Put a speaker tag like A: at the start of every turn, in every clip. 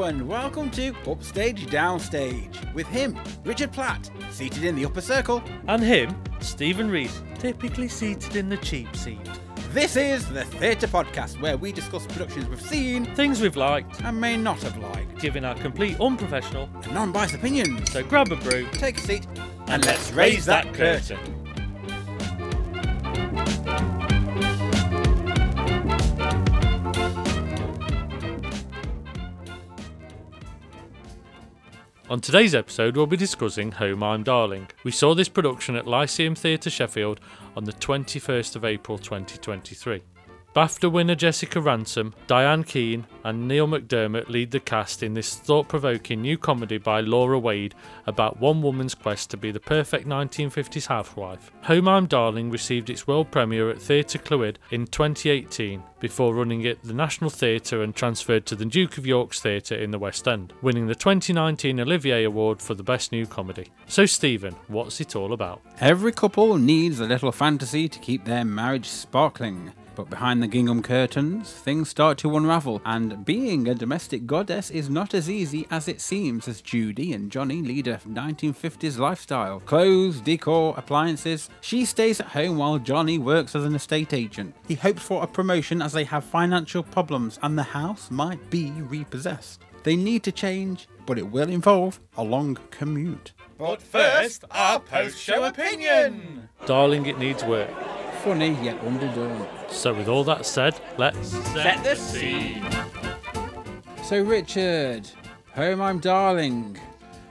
A: Welcome to Upstage Downstage with him, Richard Platt, seated in the upper circle.
B: And him, Stephen Reed, typically seated in the cheap seat.
A: This is the Theatre Podcast where we discuss productions we've seen
B: Things we've liked,
A: and may not have liked,
B: giving our complete unprofessional,
A: and non biased opinions.
B: so grab a brew
A: Take a seat and let's raise that curtain.
B: On today's episode, we'll be discussing Home I'm Darling. We saw this production at Lyceum Theatre Sheffield on the 21st of April 2023. BAFTA winner Jessica Ransom, Diane Keane, and Neil McDermott lead the cast in this thought provoking new comedy by Laura Wade about one woman's quest to be the perfect 1950s housewife. Home I'm Darling received its world premiere at Theatre Clwyd in 2018 before running it the National Theatre and transferred to the Duke of York's Theatre in the West End, winning the 2019 Olivier Award for the Best New Comedy. So, Stephen, what's it all about?
A: Every couple needs a little fantasy to keep their marriage sparkling. But behind the gingham curtains, things start to unravel, and being a domestic goddess is not as easy as it seems as Judy and Johnny lead a 1950s lifestyle. Clothes, decor, appliances. She stays at home while Johnny works as an estate agent. He hopes for a promotion as they have financial problems and the house might be repossessed. They need to change, but it will involve a long commute.
C: But first, our post show opinion.
B: Darling, it needs work.
A: Funny yet underdone.
B: So, with all that said, let's set
C: the scene.
A: So, Richard, Home I'm Darling,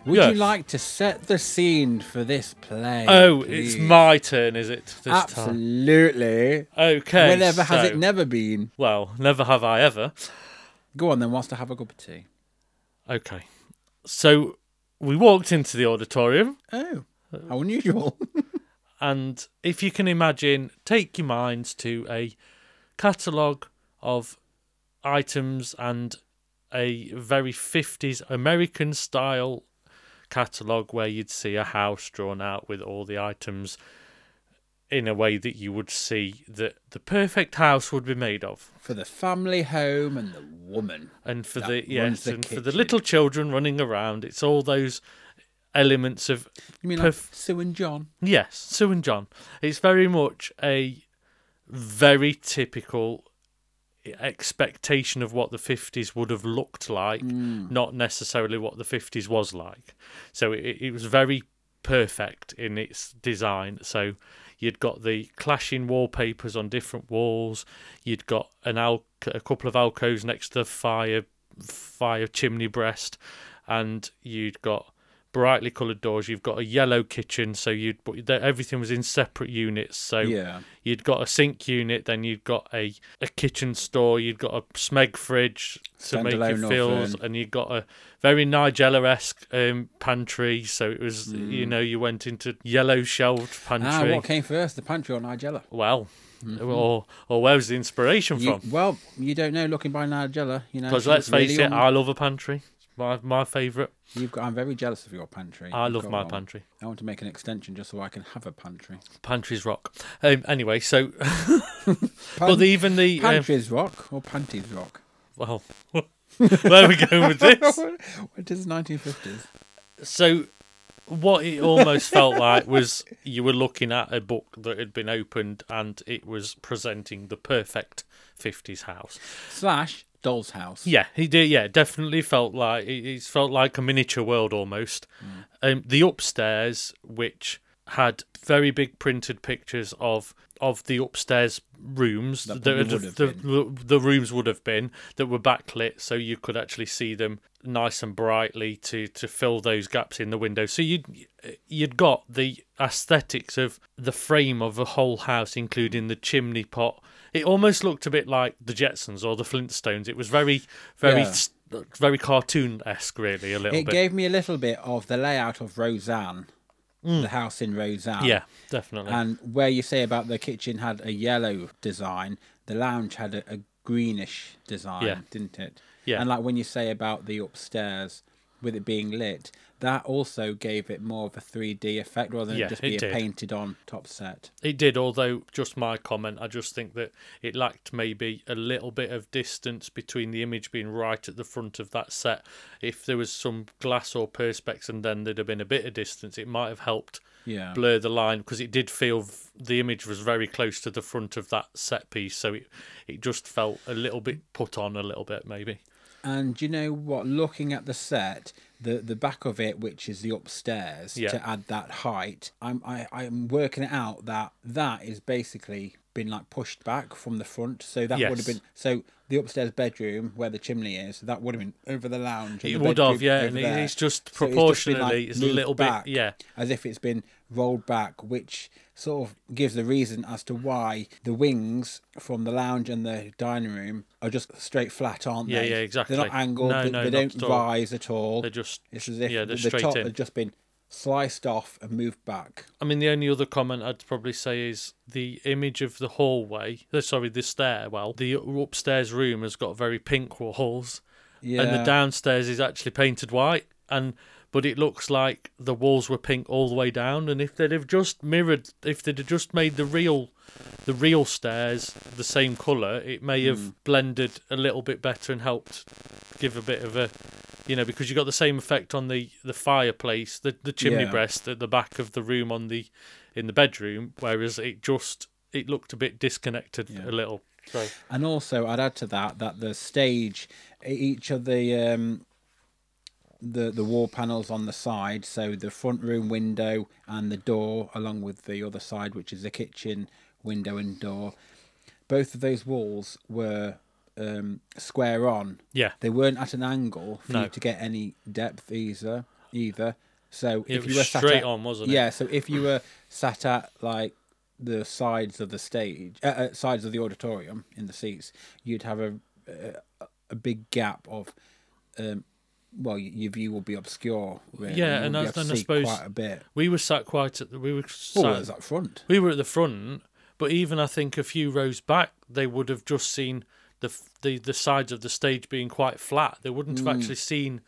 A: would
B: Yes.
A: you like to set the scene for this play?
B: Oh,
A: please?
B: it's my turn, is it? This time.
A: Absolutely.
B: Okay.
A: Whenever has
B: so-
A: it never been?
B: Well, never have I ever.
A: Go on then, whilst I have a cup of tea.
B: Okay. So we walked into the auditorium,
A: Oh, how unusual.
B: and if you can imagine, take your minds to a catalogue of items and a very 50s American style catalogue where you'd see a house drawn out with all the items in a way that you would see that the perfect house would be made of.
A: for the family home and the woman.
B: and for
A: that
B: the
A: runs
B: yes,
A: the
B: and for the
A: kitchen.
B: little children running around. It's all those elements of
A: You mean
B: Perf-
A: like Sue and John?
B: yes, Sue and John. It's very much a very typical expectation of what the 50s would have looked like, not necessarily what the 50s was like. So it, it was very perfect in its design. So you'd got the clashing wallpapers on different walls, you'd got an al- a couple of alcoves next to the fire fire chimney breast, and you'd got brightly coloured doors. You've got a yellow kitchen, so you'd but the- everything was in separate units. So
A: Yeah.
B: you'd got a sink unit, then you'd got a, a kitchen store, you'd got a smeg fridge to make
A: Standalone
B: your fills,
A: oven.
B: and you'd got a very Nigella esque um, pantry. So it was, you know, you went into yellow shelved
A: Mm. Ah,
B: pantry.
A: what came first, the pantry or Nigella?
B: Well, or or where was the inspiration
A: You,
B: from?
A: well, you don't know looking by Nigella, you know.
B: Because
A: she
B: let's
A: was really
B: face it,
A: un-
B: I love a pantry. It's My my favourite.
A: You've got, I'm very jealous of your pantry.
B: I
A: You've
B: love
A: got
B: my
A: one.
B: pantry.
A: I want to make an extension just so I can have a pantry.
B: Pantries rock. Um, anyway, so but even the um,
A: Pantries rock or panties rock?
B: well, where are we going with this?
A: It is 1950s.
B: So, what it almost felt like was you were looking at a book that had been opened and it was presenting the perfect 50s house.
A: Slash Doll's House.
B: Yeah, he did. Yeah, definitely felt like it- it's felt like a miniature world almost.
A: Mm.
B: Um, the upstairs, which had very big printed pictures of of the upstairs rooms
A: That
B: the,
A: probably
B: the,
A: would have
B: the, the rooms would have been that were backlit so you could actually see them nice and brightly to to fill those gaps in the window so you'd you'd got the aesthetics of the frame of a whole house including the chimney pot it almost looked a bit like the jetsons or the flintstones it was very very
A: Yeah.
B: s very cartoon-esque really a little
A: It
B: bit
A: gave me a little bit of the layout of Roseanne, the house in Roseanne.
B: Mm. yeah definitely
A: And where you say about the kitchen had a yellow design, the lounge had a, a greenish design,
B: Yeah.
A: didn't it?
B: Yeah.
A: And like when you say about the upstairs with it being lit, that also gave it more of a 3D effect rather than
B: Yeah,
A: just
B: it
A: be a
B: did.
A: painted on top set.
B: It did, although just my comment, I just think that it lacked maybe a little bit of distance between the image being right at the front of that set. If there was some glass or perspex and then there'd have been a bit of distance, it might have helped
A: Yeah.
B: blur the line because it did feel v- the image was very close to the front of that set piece, so it it just felt a little bit put on a little bit maybe.
A: And you know what? Looking at the set, the the back of it, which is the upstairs,
B: Yeah.
A: to add that height, I'm I, I'm working it out that that is basically been like pushed back from the front, so that would have
B: Yes.
A: been so the upstairs bedroom where the chimney is, that would have been over the lounge. and
B: It
A: the
B: would have,
A: bedroom
B: yeah,
A: over
B: and it-
A: there.
B: it's just
A: So been,
B: proportionally,
A: like,
B: it's a
A: moved
B: little bit-
A: back,
B: yeah.
A: as if it's been rolled back, which sort of gives the reason as to why the wings from the lounge and the dining room are just straight flat, aren't
B: Yeah,
A: they?
B: yeah,
A: They're
B: exactly.
A: not angled.
B: No,
A: they,
B: no,
A: they
B: not
A: don't
B: at all.
A: rise at all.
B: They're just-
A: it's as if
B: yeah, they're
A: the
B: straight
A: top
B: in.
A: has just been sliced off and moved back.
B: I mean, the only other comment I'd probably say is the image of the hallway, uh, sorry, the stairwell. The upstairs room has got very pink walls,
A: Yeah,
B: and the downstairs is actually painted white. And but it looks like the walls were pink all the way down. And if they'd have just mirrored, if they'd have just made the real, the real stairs the same color, it may
A: Hmm.
B: have blended a little bit better and helped give a bit of a. You know, because you got the same effect on the, the fireplace, the, the chimney
A: Yeah.
B: breast at the back of the room on the in the bedroom, whereas it just it looked a bit disconnected a little. So
A: and also I'd add to that that the stage, e- each of the um, the the wall panels on the side, so the front room window and the door, along with the other side, which is the kitchen window and door, both of those walls were um, square on.
B: yeah,
A: They weren't at an angle for
B: No.
A: you to get any depth either. Either. So
B: It
A: if
B: was
A: you were sat
B: straight
A: at,
B: on, wasn't it?
A: Yeah. So if you were sat at like the sides of the stage, uh, uh, sides of the auditorium in the seats, you'd have a a, a big gap of. Um, well, y- your view will be obscure. Really.
B: Yeah,
A: You wouldn't
B: and
A: be
B: I-
A: able to
B: and I
A: see
B: suppose-
A: quite a bit.
B: we were sat quite at the, we were sat,
A: Well, was up front.
B: we were at the front, but even I think a few rows back, they would have just seen the f- the the sides of the stage being quite flat. They wouldn't
A: Hmm.
B: have actually seen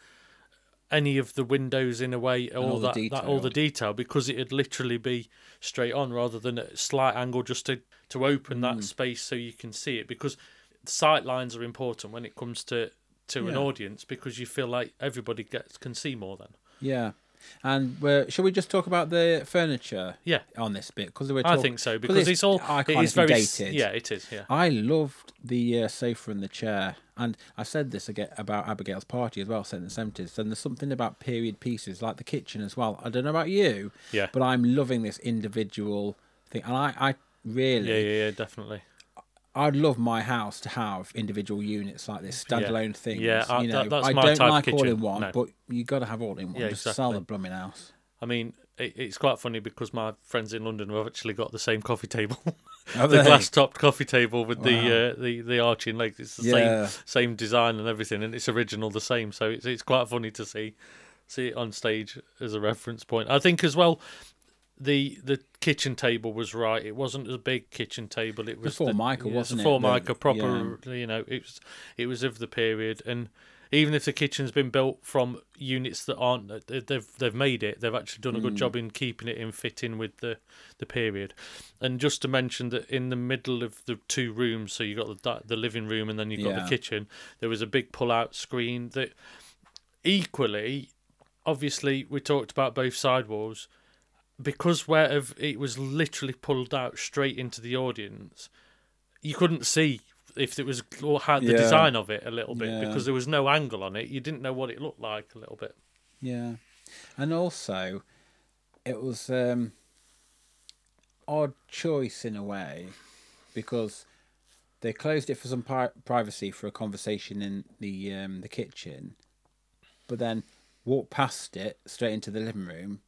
B: any of the windows in a way, all,
A: all the
B: that, that all the
A: detail.
B: detail, because it'd literally be straight on rather than a slight angle just to to open
A: Hmm.
B: that space so you can see it. Because sight lines are important when it comes to to an
A: Yeah.
B: audience because you feel like everybody gets can see more then.
A: Yeah. And we're, shall we just talk about the furniture?
B: Yeah.
A: On this bit because we're.
B: I
A: talk-
B: think so
A: 'cause
B: because it's, all it
A: iconic
B: is
A: and
B: very s-
A: dated.
B: yeah it is yeah
A: I loved the uh, sofa and the chair, and I said this again about Abigail's party as well, set in the seventies. And there's something about period pieces, like the kitchen as well. I don't know about you,
B: Yeah.
A: but I'm loving this individual thing, and I, I really,
B: yeah yeah yeah definitely.
A: I'd love my house to have individual units like this, standalone things.
B: Yeah, I-
A: you know,
B: that- that's
A: I
B: my
A: don't
B: type of
A: like all
B: kitchen.
A: in one,
B: No.
A: but you got to have all in one.
B: Yeah,
A: Just sell
B: exactly.
A: the blooming house.
B: I mean, it, it's quite funny because my friends in London have actually got the same coffee table,
A: Have
B: the
A: they?
B: glass topped coffee table with the uh, the the arching legs. It's the
A: Yeah.
B: same same design and everything, and it's original, the same. So it's it's quite funny to see see it on stage as a reference point. I think as well. The the kitchen table was right. It wasn't a big kitchen table. It was
A: Formica, wasn't it?
B: the
A: The-
B: Formica
A: yeah.
B: proper you know it was it was of the period and even if the kitchen's been built from units that aren't they- they've they've made it they've actually done a
A: Mm.
B: good job in keeping it in fitting with the the period and just to mention that in the middle of the two rooms so you got the di- the living room and then you've got
A: Yeah.
B: the kitchen there was a big pull out screen that equally obviously we talked about both sidewalls because where of it was literally pulled out straight into the audience you couldn't see if it was or had the
A: Yeah.
B: design of it a little bit
A: Yeah.
B: because there was no angle on it you didn't know what it looked like a little bit
A: Yeah, and also, it was um odd choice in a way because they closed it for some pri- privacy for a conversation in the um, the kitchen, but then walked past it straight into the living room.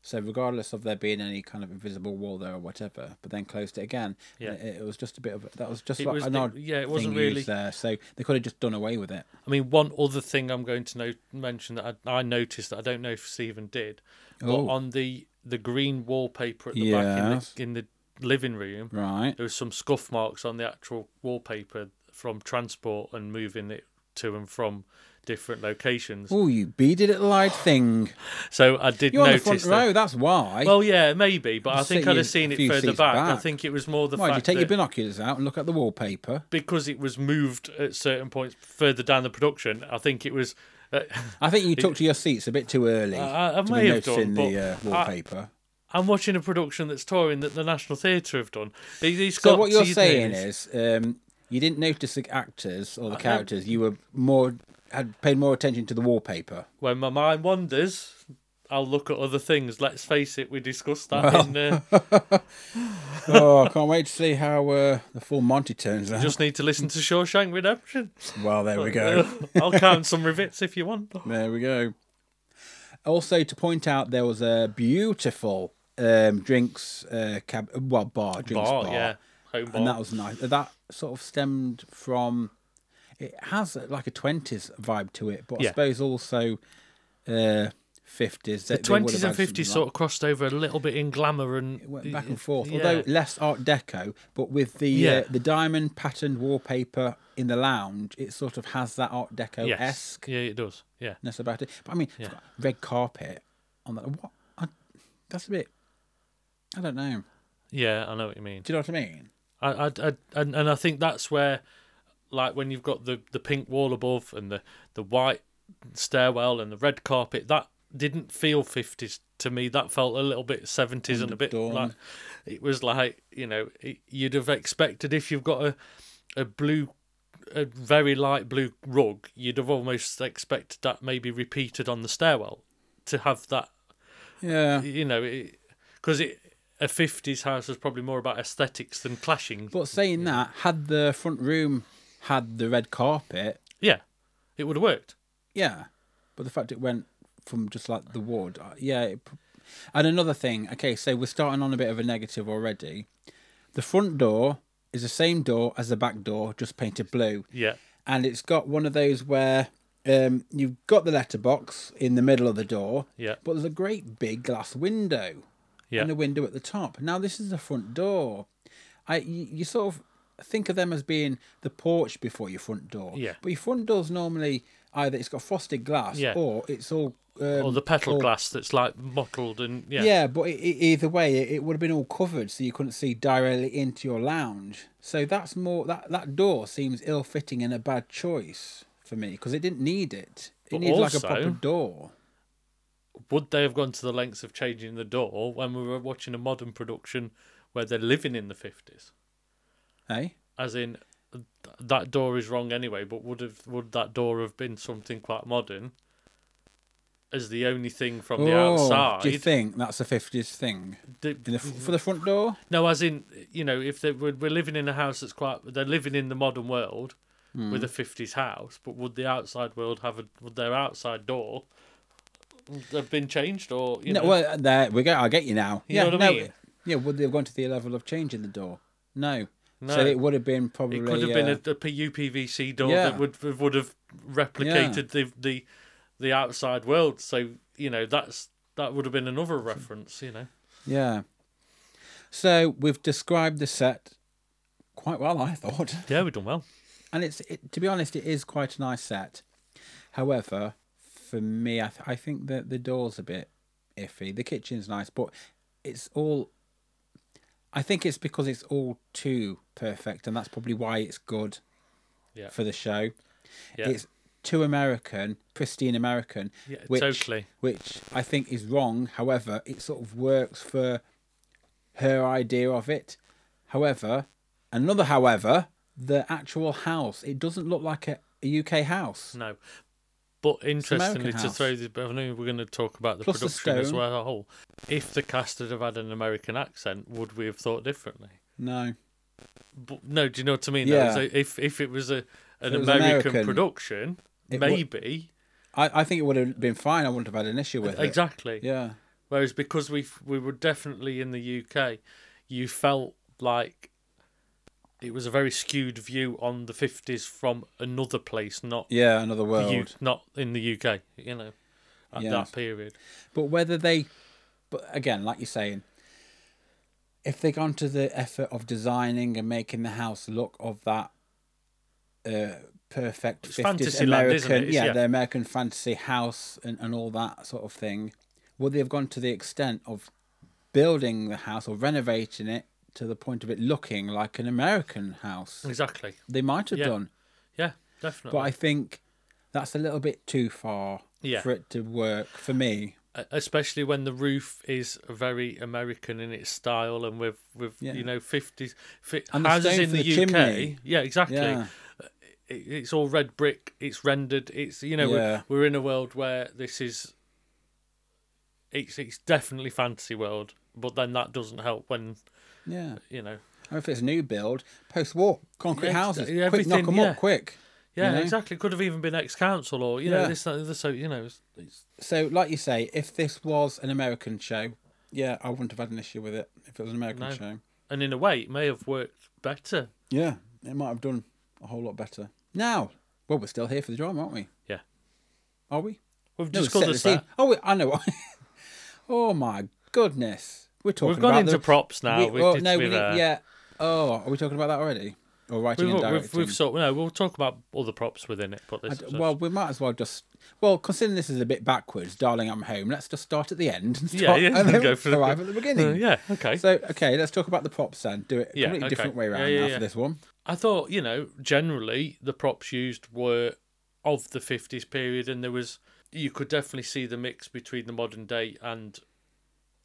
A: So regardless of there being any kind of invisible wall there or whatever, but then closed it again.
B: Yeah.
A: And it, it was just a bit of that was just
B: It
A: like
B: was
A: an
B: the-
A: odd
B: yeah, it wasn't
A: thing used
B: really-
A: there. So they could have just done away with it.
B: i mean one other thing i'm going to no- mention that I, I noticed that i don't know if stephen did
A: Oh.
B: but on the the green wallpaper at the back
A: Yes.
B: in the, in the living room
A: Right.
B: there was some scuff marks on the actual wallpaper from transport and moving it to and from different locations.
A: Oh, you beaded little eyed thing.
B: So I did
A: You're on the
B: notice
A: front
B: that.
A: row, that's why.
B: Well, yeah, maybe, but I
A: Just
B: think
A: sit
B: I'd
A: you
B: have seen
A: a
B: it
A: few
B: further
A: seats
B: back. I
A: back.
B: think it was more the
A: why did you
B: fact
A: take your
B: that
A: binoculars out and look at the wallpaper?
B: because it was moved at certain points further down the production. I think it was. Uh,
A: I think you took to your seats a bit too early
B: I- I
A: to
B: may
A: be
B: have
A: noticing
B: done,
A: the uh,
B: but I-
A: wallpaper.
B: I'm watching a production that's touring that the National Theatre have done. They- they've
A: so
B: got
A: what you're
B: to
A: saying
B: use-
A: is, um, you didn't notice the actors or the characters. You were more had paid more attention to the wallpaper.
B: when my mind wanders, I'll look at other things. Let's face it, we discussed that in. Uh,
A: oh, I can't wait to see how uh, the full Monty turns out.
B: just need to listen to Shawshank Redemption.
A: Well, there we go.
B: I'll count some rivets if you want.
A: There we go. Also, to point out, there was a beautiful um, drinks uh, cab, well, bar, drinks bar,
B: Bar, yeah, home bar.
A: and that was nice. That sort of stemmed from. It has uh, like a twenties vibe to it, but I
B: Yeah.
A: suppose also uh, fifties.
B: the twenties and fifties sort of crossed over a little bit in glamour and
A: went back and forth,
B: Yeah.
A: although less Art Deco, but with the
B: Yeah.
A: uh, the diamond patterned wallpaper in the lounge, it sort of has that Art Deco
B: Yes.
A: esque
B: Yeah, it does. Yeah,
A: ness about it. But I mean, it's got red carpet on that. What? I, that's a bit. I don't know.
B: yeah, I know what you mean.
A: Do you know what I mean?
B: I, I, I, and, and I think that's where, like, when you've got the, the pink wall above and the, the white stairwell and the red carpet, that didn't feel 50s to me. That felt a little bit 70s and a bit
A: Underdone.
B: like it was like, you know, it, you'd have expected if you've got a, a blue, a very light blue rug, you'd have almost expected that maybe repeated on the stairwell to have that
A: Yeah.
B: you know, because it, a 50s house was probably more about aesthetics than clashing.
A: But saying that, had the front room had the red carpet,
B: yeah, it would have worked.
A: yeah. But the fact it went from just like the wood, uh, yeah. It, p- and another thing, okay, so we're starting on a bit of a negative already. The front door is the same door as the back door, just painted blue.
B: Yeah,
A: and it's got one of those where um, you've got the letterbox in the middle of the door,
B: Yeah.
A: but there's a great big glass window
B: yeah,
A: and a window at the top. Now this is the front door. I you, you sort of think of them as being the porch before your front door.
B: Yeah.
A: But your front door's normally either it's got frosted glass
B: Yeah.
A: or it's all um,
B: or the petal
A: all-
B: glass that's like mottled and yeah,
A: Yeah. but it, it, either way, it, it would have been all covered, so you couldn't see directly into your lounge. So that's more that that door seems ill-fitting and a bad choice for me because it didn't need it. It
B: But
A: needs like a
B: also-
A: proper door.
B: Would they have gone to the lengths of changing the door when we were watching a modern production where they're living in the 50s?
A: Hey,
B: As in, th- that door is wrong anyway. But would have would that door have been something quite modern? As the only thing from the outside,
A: Oh, do you think that's a fifties thing
B: Th-
A: in the, f- for the front door?
B: No, as in, you know, if they were, we're living in a house that's quite, they're living in the modern world
A: Hmm.
B: with a fifties house, but would the outside world have a, would their outside door have been changed or you
A: no,
B: know?
A: well, uh, there we go. I get you now.
B: You
A: yeah,
B: know what I
A: no,
B: mean?
A: yeah. Would they have gone to the level of changing the door? No. So
B: No.
A: it would have been probably.
B: it could have been
A: uh,
B: a, a UPVC door
A: Yeah.
B: that would would have replicated the the the outside world. So you know that's that would have been another reference. You know,
A: Yeah. So we've described the set quite well, I thought,
B: yeah, we've done well.
A: and it's it, to be honest, it is quite a nice set. However, for me, I, th- I think that the door's a bit iffy. The kitchen's nice, but it's all. I think it's because it's all too perfect, and that's probably why it's good
B: Yeah.
A: for the show.
B: Yeah.
A: It's too American, pristine American,
B: Yeah,
A: which
B: totally.
A: which I think is wrong. However, it sort of works for her idea of it. However, another however, the actual house, it doesn't look like a, a UK house.
B: No. But interestingly, to
A: House.
B: throw this, but I know we're going to talk about the
A: Plus the
B: production as
A: stone.
B: well as a whole. If the cast had have had an American accent, would we have thought differently?
A: No.
B: But no, do you know what I mean?
A: Yeah.
B: So if if it was a an
A: it was
B: American,
A: American,
B: production,
A: it would-
B: maybe
A: I, I think it would have been fine. I wouldn't have had an issue with it.
B: exactly.
A: Yeah.
B: Whereas because we we were definitely in the UK, you felt like it was a very skewed view on the fifties from another place, not
A: Yeah, another world.
B: the U, not in the UK. You know, at
A: Yeah.
B: that period.
A: But whether they, but again, like you're saying, if they gone to the effort of designing and making the house look of that uh, perfect 50s
B: Fantasyland,
A: American,
B: isn't it? It's-
A: yeah,
B: yeah.
A: the American fantasy house and, and all that sort of thing. Would they have gone to the extent of building the house or renovating it to the point of it looking like an American house?
B: Exactly.
A: They might have
B: Mm. Yeah.
A: done,
B: Yeah, definitely.
A: but I think that's a little bit too far
B: Yeah.
A: for it to work for me.
B: E, especially when the roof is very American in its style and with with
A: Yeah.
B: you know fifties fi-
A: And the
B: houses
A: stone
B: in
A: for
B: the,
A: the
B: UK.
A: chimney.
B: Yeah, exactly.
A: Yeah.
B: It, it's all red brick. It's rendered. It's you know
A: Yeah.
B: we're, we're in a world where this is. It's it's definitely fantasy world, but then that doesn't help when
A: Yeah.
B: you know.
A: Or if it's a new build, post war, concrete
B: Yeah,
A: houses.
B: exa-
A: Quick, knock
B: everything,
A: them
B: yeah.
A: up, quick.
B: Yeah,
A: know?
B: exactly. Could have even been ex-council or you know
A: Yeah.
B: this that, and the other. So you know, it's, it's,
A: So, like you say, if this was an American show, yeah, I wouldn't have had an issue with it if it was an American
B: No.
A: show.
B: and in a way, it may have worked better.
A: Yeah, it might have done a whole lot better. Now, well, we're still here for the drama, aren't we?
B: Yeah,
A: Are we?
B: we've
A: No, we've set the
B: discussed
A: scene.
B: that.
A: Oh, we, I know. what- oh my goodness, we're talking.
B: We've gone
A: about
B: into
A: the-
B: props now.
A: We,
B: We,
A: well,
B: did
A: no,
B: we
A: we need,
B: there.
A: yeah. Oh, are we talking about that already? Or writing and
B: uh, We've, we've,
A: directing?
B: we've sort no, we'll talk about all the props within it. But
A: I
B: this
A: d-
B: episode-
A: well, we might as well just. Well, considering this is a bit backwards, darling, I'm home. Let's just start at the end. And
B: yeah,
A: start,
B: yeah,
A: and then
B: go for the-
A: arrive at the beginning.
B: Uh, yeah, okay.
A: So, okay, let's talk about the props then. Do it a
B: Yeah,
A: completely
B: okay.
A: different way
B: Yeah,
A: around
B: yeah,
A: now
B: yeah.
A: for this one.
B: I thought you know generally the props used were of the fifties period, and there was you could definitely see the mix between the modern day and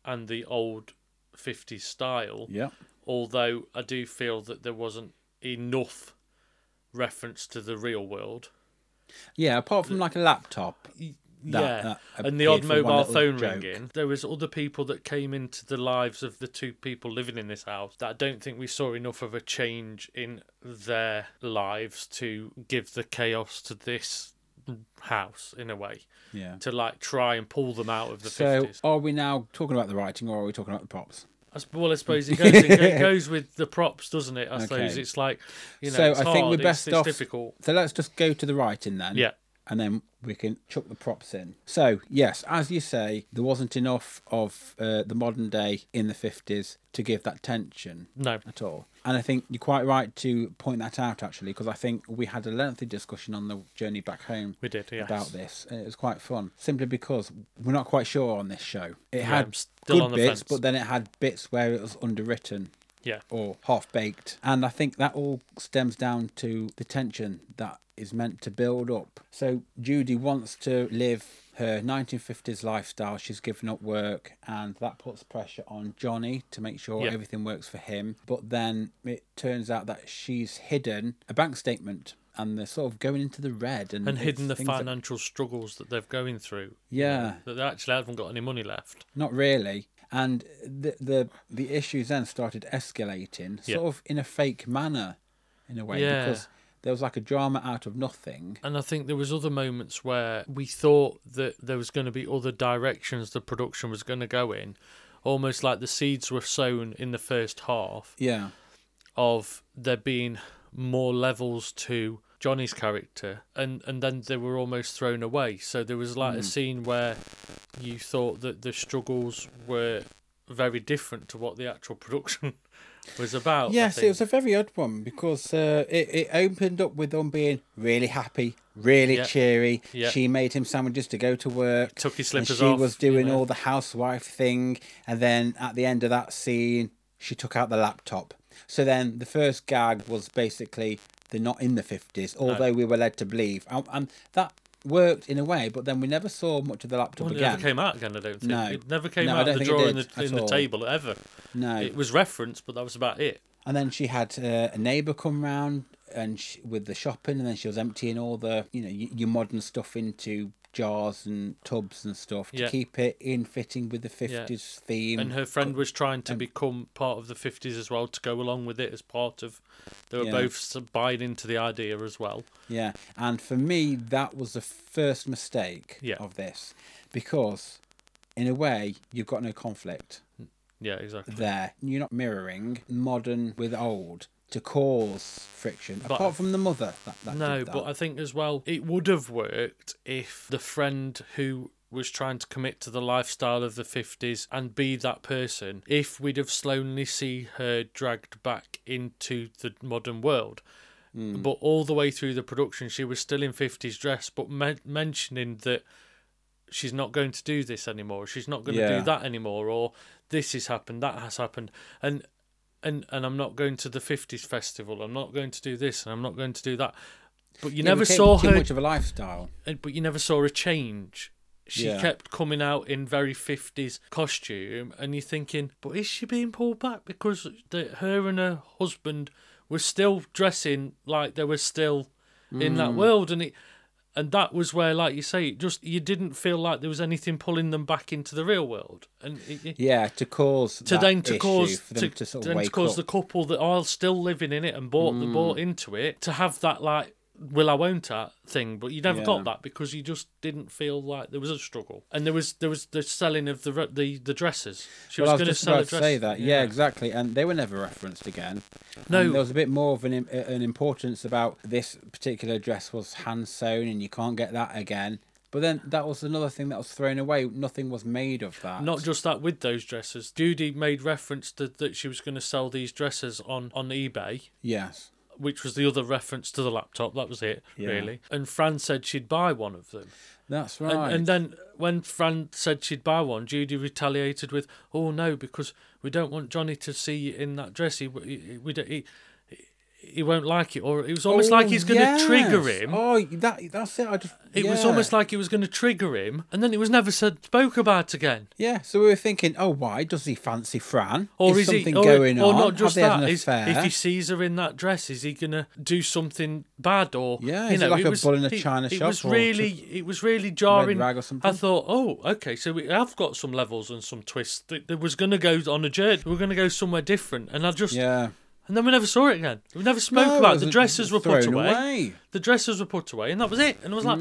B: and the old fifties style.
A: Yeah.
B: Although I do feel that there wasn't enough reference to the real world.
A: Yeah, apart from like a laptop. That-
B: yeah,
A: that
B: and the
A: appeared
B: odd
A: for one
B: mobile
A: little
B: phone
A: joke.
B: ringing. There was other people that came into the lives of the two people living in this house that I don't think we saw enough of a change in their lives to give the chaos to this house in a way
A: Yeah.
B: to like try and pull them out of the
A: So,
B: 50s.
A: are we now talking about the writing or are we talking about the props?
B: I sup- well, I suppose it goes, it go- goes with the props, doesn't it? I suppose
A: Okay.
B: it's like you know,
A: so,
B: it's
A: I think
B: hard,
A: we're
B: it's-
A: best
B: it's
A: off.
B: difficult.
A: So, let's just go to the writing then.
B: Yeah.
A: And then we can chuck the props in. So, yes, as you say, there wasn't enough of uh, the modern day in the 50s to give that tension.
B: No,
A: at all. And I think you're quite right to point that out, actually, because I think we had a lengthy discussion on the journey back home
B: we did. Yes.
A: about this. And it was quite fun, simply because we're not quite sure on this show. It had
B: I'm still
A: good
B: on the
A: bits,
B: fence.
A: but then it had bits where it was underwritten
B: Yeah.
A: or half baked. And I think that all stems down to the tension that is meant to build up. So Judy wants to live her 1950s lifestyle. She's given up work, and that puts pressure on Johnny to make sure
B: Yeah.
A: everything works for him. But then it turns out that she's hidden a bank statement. And they're sort of going into the red and,
B: and
A: it's
B: hidden the
A: things that-
B: financial struggles that they're going through.
A: Yeah.
B: that they actually haven't got any money left.
A: Not really. And the the the issues then started escalating,
B: Yeah.
A: sort of in a fake manner, in a way,
B: Yeah.
A: because there was like a drama out of nothing.
B: And I think there was other moments where we thought that there was going to be other directions the production was going to go in, almost like the seeds were sown in the first half
A: Yeah,
B: of there being more levels to Johnny's character, and and then they were almost thrown away. So there was
A: Hmm.
B: like a scene where you thought that the struggles were very different to what the actual production was about. I
A: yes,
B: think.
A: it was a very odd one because uh, it it opened up with them being really happy, really
B: Yeah.
A: cheery.
B: Yeah.
A: She made him sandwiches to go to work.
B: Took his
A: and
B: slippers
A: she
B: off,
A: was
B: you
A: doing
B: know.
A: all the housewife thing, and then at the end of that scene, she took out the laptop. So then the first gag was basically they're not in the fifties, although we were led to believe, and, and that worked in a way. But then we never saw much of the laptop
B: Well, it
A: again.
B: never came out again. I don't think
A: No.
B: it never came
A: No, I
B: out
A: don't
B: of the
A: think it
B: drawer in
A: did
B: the,
A: at
B: in the
A: all.
B: table ever.
A: no,
B: It was referenced, but that was about it.
A: And then she had uh, a neighbour come round and she, with the shopping, and then she was emptying all the you know y- your modern stuff into jars and tubs and stuff to
B: Yeah.
A: keep it in fitting with the fifties theme.
B: And her friend was trying to become part of the fifties as well to go along with it as part of. They were
A: Yeah.
B: both s- buying into the idea as well.
A: Yeah, and for me, that was the first mistake
B: Yeah.
A: of this because, in a way, you've got no conflict
B: Yeah, exactly.
A: there. You're not mirroring modern with old to cause friction,
B: But-
A: apart from the mother. That, that
B: No,
A: did that.
B: but I think as well it would have worked if the friend who was trying to commit to the lifestyle of the 50s and be that person if we'd have slowly see her dragged back into the modern world
A: Hmm.
B: But all the way through the production, she was still in 50s dress, but men- mentioning that she's not going to do this anymore, she's not going to
A: Yeah.
B: do that anymore, or this has happened, that has happened. And and, and I'm not going to the 50s festival. I'm not going to do this, and I'm not going to do that. But you
A: Yeah,
B: never
A: we take
B: saw
A: too
B: her
A: much of a lifestyle.
B: and- but you never saw a change. She
A: Yeah.
B: kept coming out in very 50s costume, and you're thinking, but is she being pulled back? Because the, her and her husband were still dressing like they were still in
A: Mm.
B: that world. And it, and that was where, like you say, it just you didn't feel like there was anything pulling them back into the real world. And it, it-
A: Yeah, to cause
B: to
A: that
B: then to
A: issue,
B: cause
A: for them to, sort of
B: then to
A: wake
B: cause
A: up. Mm.
B: the couple that are still living in it and bought the bought into it to have that like will I won't I thing, but you never
A: Yeah.
B: got that because you just didn't feel like there was a struggle and there was there was the selling of the re- the the dresses. She
A: well, I was
B: was going to
A: just
B: sell
A: about
B: a
A: to
B: dress.
A: say that. Yeah. exactly. And they were never referenced again.
B: No.
A: And there was a bit more of an im- uh, an importance about this particular dress was hand sewn, and you can't get that again. But then that was another thing that was thrown away. Nothing was made of that.
B: Not just that with those dresses. Judy made reference to, that she was going to sell these dresses on on eBay.
A: yes.
B: Which was the other reference to the laptop. That was it, really. And Fran said she'd buy one of them.
A: That's right.
B: And, and then when Fran said she'd buy one, Judy retaliated with, "Oh no, because we don't want Johnny to see you in that dress. He he, we don't, he, he won't like it." Or it was almost like he's going to trigger
A: Oh, yes.
B: him.
A: Oh, that that's it. I just
B: It was
A: yeah.
B: almost like he was going to trigger him, and then it was never said spoke about again.
A: yeah. So we were thinking, oh, why does he fancy Fran?
B: Or
A: is,
B: is,
A: something
B: he, or,
A: going
B: or
A: on?
B: not
A: Have
B: just
A: they had
B: that?
A: an
B: Is,
A: affair?
B: if he sees her in that dress, is he gonna do something bad or
A: Yeah,
B: You
A: is it
B: know,
A: like
B: it
A: a
B: was,
A: bull in a
B: it-
A: china
B: it
A: shop
B: was
A: or
B: really, it was really jarring.
A: rag or something?
B: I thought, oh, okay, so we have got some levels and some twists. That, that was gonna go on a journey. We are gonna go somewhere different, and I just,
A: yeah.
B: and then we never saw it again. We never spoke
A: No, it
B: about it.
A: was
B: the dresses were put
A: thrown
B: away.
A: away. Mm.
B: The dresses were put away, and that was it. And I was like.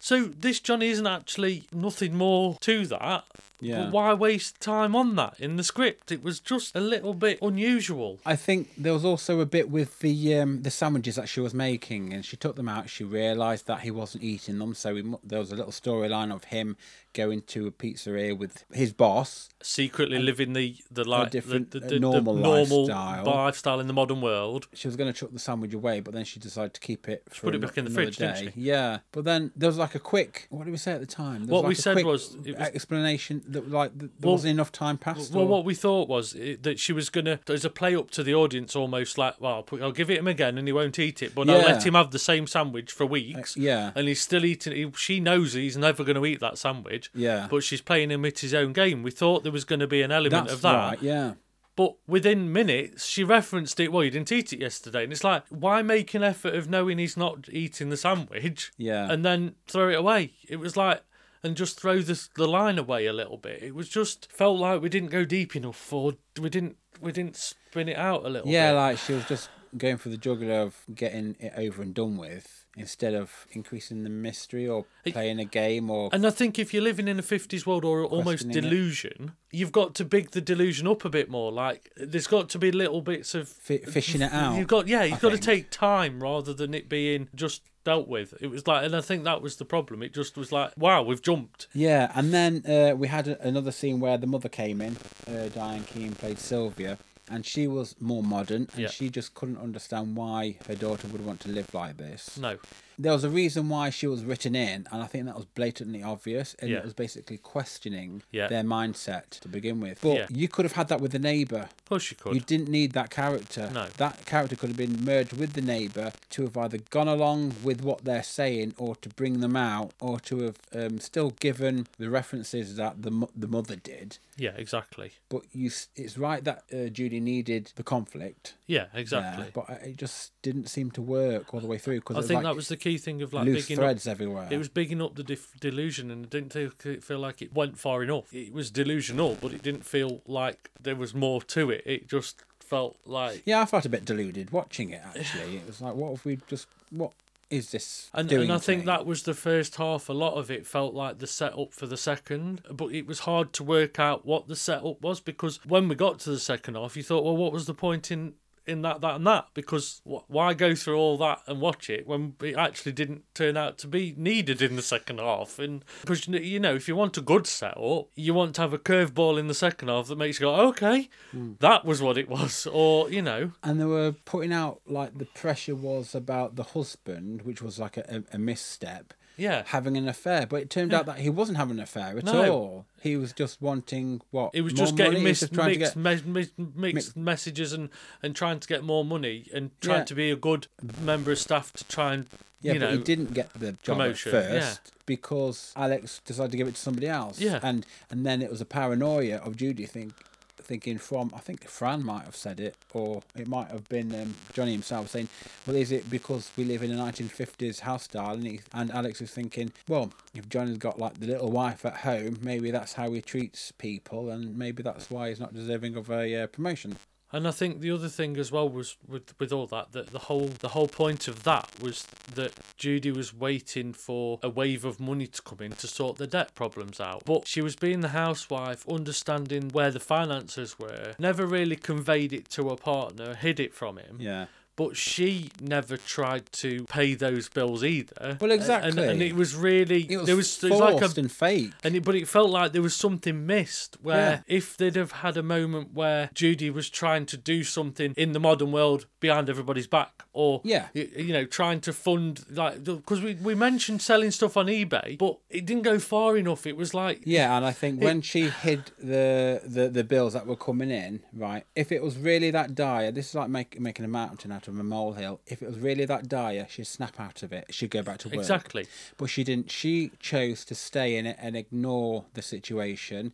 B: So this Johnny isn't actually nothing more to that.
A: Yeah.
B: But why waste time on that in the script? It was just a little bit unusual.
A: I think there was also a bit with the um, the sandwiches that she was making, and she took them out. She realised that he wasn't eating them, so he, mu- there was a little storyline of him going to a pizzeria with his boss.
B: Secretly living the the like
A: different,
B: the,
A: uh,
B: the, the
A: normal
B: normal
A: lifestyle.
B: lifestyle in the modern world.
A: She was going to chuck the sandwich away, but then she decided to keep it. for
B: put it
A: an-
B: back in the
A: another
B: fridge, didn't
A: day.
B: she?
A: Yeah, but then there was like a quick. What did we say at the time? There
B: What
A: was
B: we
A: like a
B: said
A: quick
B: was it was-
A: explanation that like th- there wasn't enough time passed.
B: Well,
A: or-
B: what we thought was eh, that she was gonna there's a play up to the audience almost like well I'll, put, I'll give it him again and he won't eat it, but I'll let
A: Yeah. Uh,
B: him have the same sandwich for weeks.
A: yeah.
B: and he's still eating. He, she knows he's never going to eat that sandwich.
A: Yeah.
B: but she's playing him at his own game. We thought there was going to be an element
A: that's
B: of that,
A: right. Yeah.
B: but within minutes she referenced it. Well, you didn't eat it yesterday, and it's like why make an effort of knowing he's not eating the sandwich?
A: Yeah.
B: and then throw it away. It was like. And just throw the the line away a little bit. It was just felt like we didn't go deep enough, or we didn't we didn't spin it out a little.
A: Yeah,
B: bit.
A: like she was just going for the juggler of getting it over and done with instead of increasing the mystery or playing a game or
B: And I think if you're living in a 50s world or almost
A: Questioning it.
B: delusion, you've got to big the delusion up a bit more. Like there's got to be little bits of
A: fi- fishing it out.
B: you've got yeah, you've
A: I
B: got to
A: think.
B: take time rather than it being just dealt with. It was like, and I think that was the problem. It just was like, wow, we've jumped.
A: Yeah, and then uh, we had a- another scene where the mother came in. Uh, Diane Keane played Sylvia, and she was more modern, and
B: Yeah.
A: she just couldn't understand why her daughter would want to live like this.
B: No,
A: There was a reason why she was written in, and I think that was blatantly obvious, and
B: Yeah.
A: it was basically questioning
B: Yeah.
A: their mindset to begin with. But
B: Yeah.
A: you could have had that with the neighbour.
B: of course you could.
A: You didn't need that character.
B: No.
A: That character could have been merged with the neighbour to have either gone along with what they're saying or to bring them out or to have um, still given the references that the, mo- the mother did.
B: yeah, exactly.
A: But you, s- it's right that uh, Judy needed the conflict.
B: Yeah,
A: there,
B: exactly.
A: but it just didn't seem to work all the way through
B: I
A: because
B: think
A: like
B: that was the key thing of like
A: loose
B: bigging up
A: threads everywhere.
B: It was bigging up the def- delusion, and I didn't think it feel like it went far enough. It was delusional, but it didn't feel like there was more to it. It just felt like.
A: yeah, I felt a bit deluded watching it. Actually, it was like, what if we just what is this
B: And,
A: doing
B: and I
A: to
B: think
A: me?
B: that was the first half. A lot of it felt like the setup for the second, but it was hard to work out what the setup was because when we got to the second half, you thought, well, what was the point in in that, that, and that because wh- why go through all that and watch it when it actually didn't turn out to be needed in the second half? And because you know, if you want a good setup, you want to have a curveball in the second half that makes you go, okay, that was what it was, or you know,
A: and they were putting out like the pressure was about the husband, which was like a, a, a misstep,
B: yeah.
A: having an affair. But it turned out that he wasn't having an affair at
B: Hmm. No.
A: all. He was just wanting what?
B: It was
A: more
B: just
A: money?
B: getting
A: He was
B: mixed,
A: just trying to
B: mixed,
A: get-
B: me- mis- mixed, messages and, and trying to get more money and trying
A: Yeah.
B: to be a good member of staff to try and
A: Yeah,
B: you
A: but
B: know
A: he didn't get the job
B: promotion,
A: at
B: yeah.
A: first because Alex decided to give it to somebody else.
B: Yeah.
A: and and then it was a paranoia of Judy think thinking from I think Fran might have said it or it might have been um, Johnny himself saying, "Well, is it because we live in a 1950s house style?" And he, and Alex is thinking, "Well, if Johnny's got like the little wife at home, maybe that's how he treats people, and maybe that's why he's not deserving of a uh, promotion."
B: And I think the other thing as well was with with all that that the whole the whole point of that was that Judy was waiting for a wave of money to come in to sort the debt problems out. But she was being the housewife, understanding where the finances were, never really conveyed it to her partner, hid it from him.
A: Yeah,
B: But she never tried to pay those bills either.
A: Well,
B: A- And,
A: exactly.
B: and it was really
A: it was,
B: there was, there was
A: forced
B: like a
A: and fake.
B: and it, but it felt like there was something missed. Where if they'd have had a moment where Judy was trying to do something in the modern world behind everybody's back, or
A: Yeah.
B: y- you, know, trying to fund like because we we mentioned selling stuff on eBay, but it didn't go far enough. It was like
A: Yeah, and I think when she hid the, the the bills that were coming in, right? If it was really that dire, this is like make, making a mountain out of a molehill. If it was really that dire, she'd snap out of it. She'd go back to work.
B: exactly.
A: But she didn't. She chose to stay in it and ignore the situation.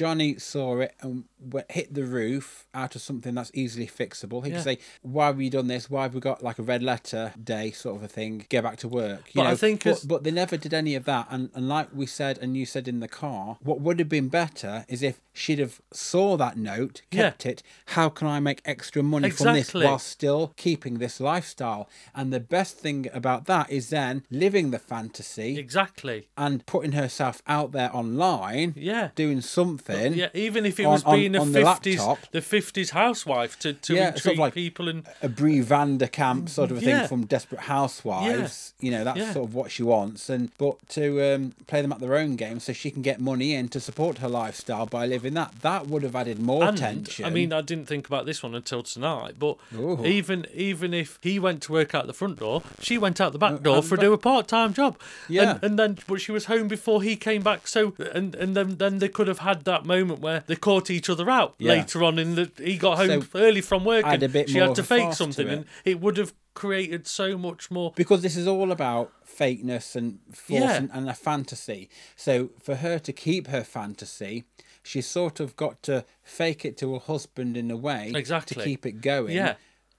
A: Johnny saw it and w- hit the roof out of something that's easily fixable. He
B: Yeah.
A: could say, "Why have you done this? Why have we got like a red letter day sort of a thing? Get back to work." You
B: But I
A: know,
B: think
A: but,
B: as-
A: but they never did any of that. And, and like we said, and you said in the car, what would have been better is if she'd have saw that note,
B: Yeah.
A: kept it. How can I make extra money from this
B: Exactly.
A: while still keeping this lifestyle? And the best thing about that is then living the fantasy
B: Exactly.
A: and putting herself out there online,
B: Yeah.
A: doing something.
B: Yeah, even if it
A: on-
B: was
A: on-
B: being a
A: on the
B: fifties,
A: laptop.
B: the fifties housewife to to
A: Yeah,
B: entreat
A: sort of like-
B: people and
A: A Brie Vanderkamp sort of a
B: Yeah.
A: thing from Desperate Housewives. You know, that's
B: Yeah.
A: sort of what she wants. And but to um, play them at their own game so she can get money in to support her lifestyle by living that. That would have added more
B: And,
A: tension.
B: I mean, I didn't think about this one until tonight. But
A: Ooh.
B: even even if he went to work out the front door, she went out the back
A: out
B: door
A: the
B: for
A: back-
B: do a part time job.
A: Uh, Yeah.
B: and, and then but she was home before he came back. So and and then then they could have had that moment where they caught each other out
A: Yeah.
B: later on. In the he got home
A: So,
B: early from work,
A: add
B: and
A: a bit
B: she
A: more
B: had
A: of
B: to
A: a
B: fake
A: farce to
B: something,
A: it.
B: and it would have created so much more.
A: because this is all about fakeness and force
B: Yeah.
A: and, and a fantasy. So for her to keep her fantasy, she's sort of got to fake it to her husband in a way
B: Exactly.
A: to keep it going.
B: Yeah.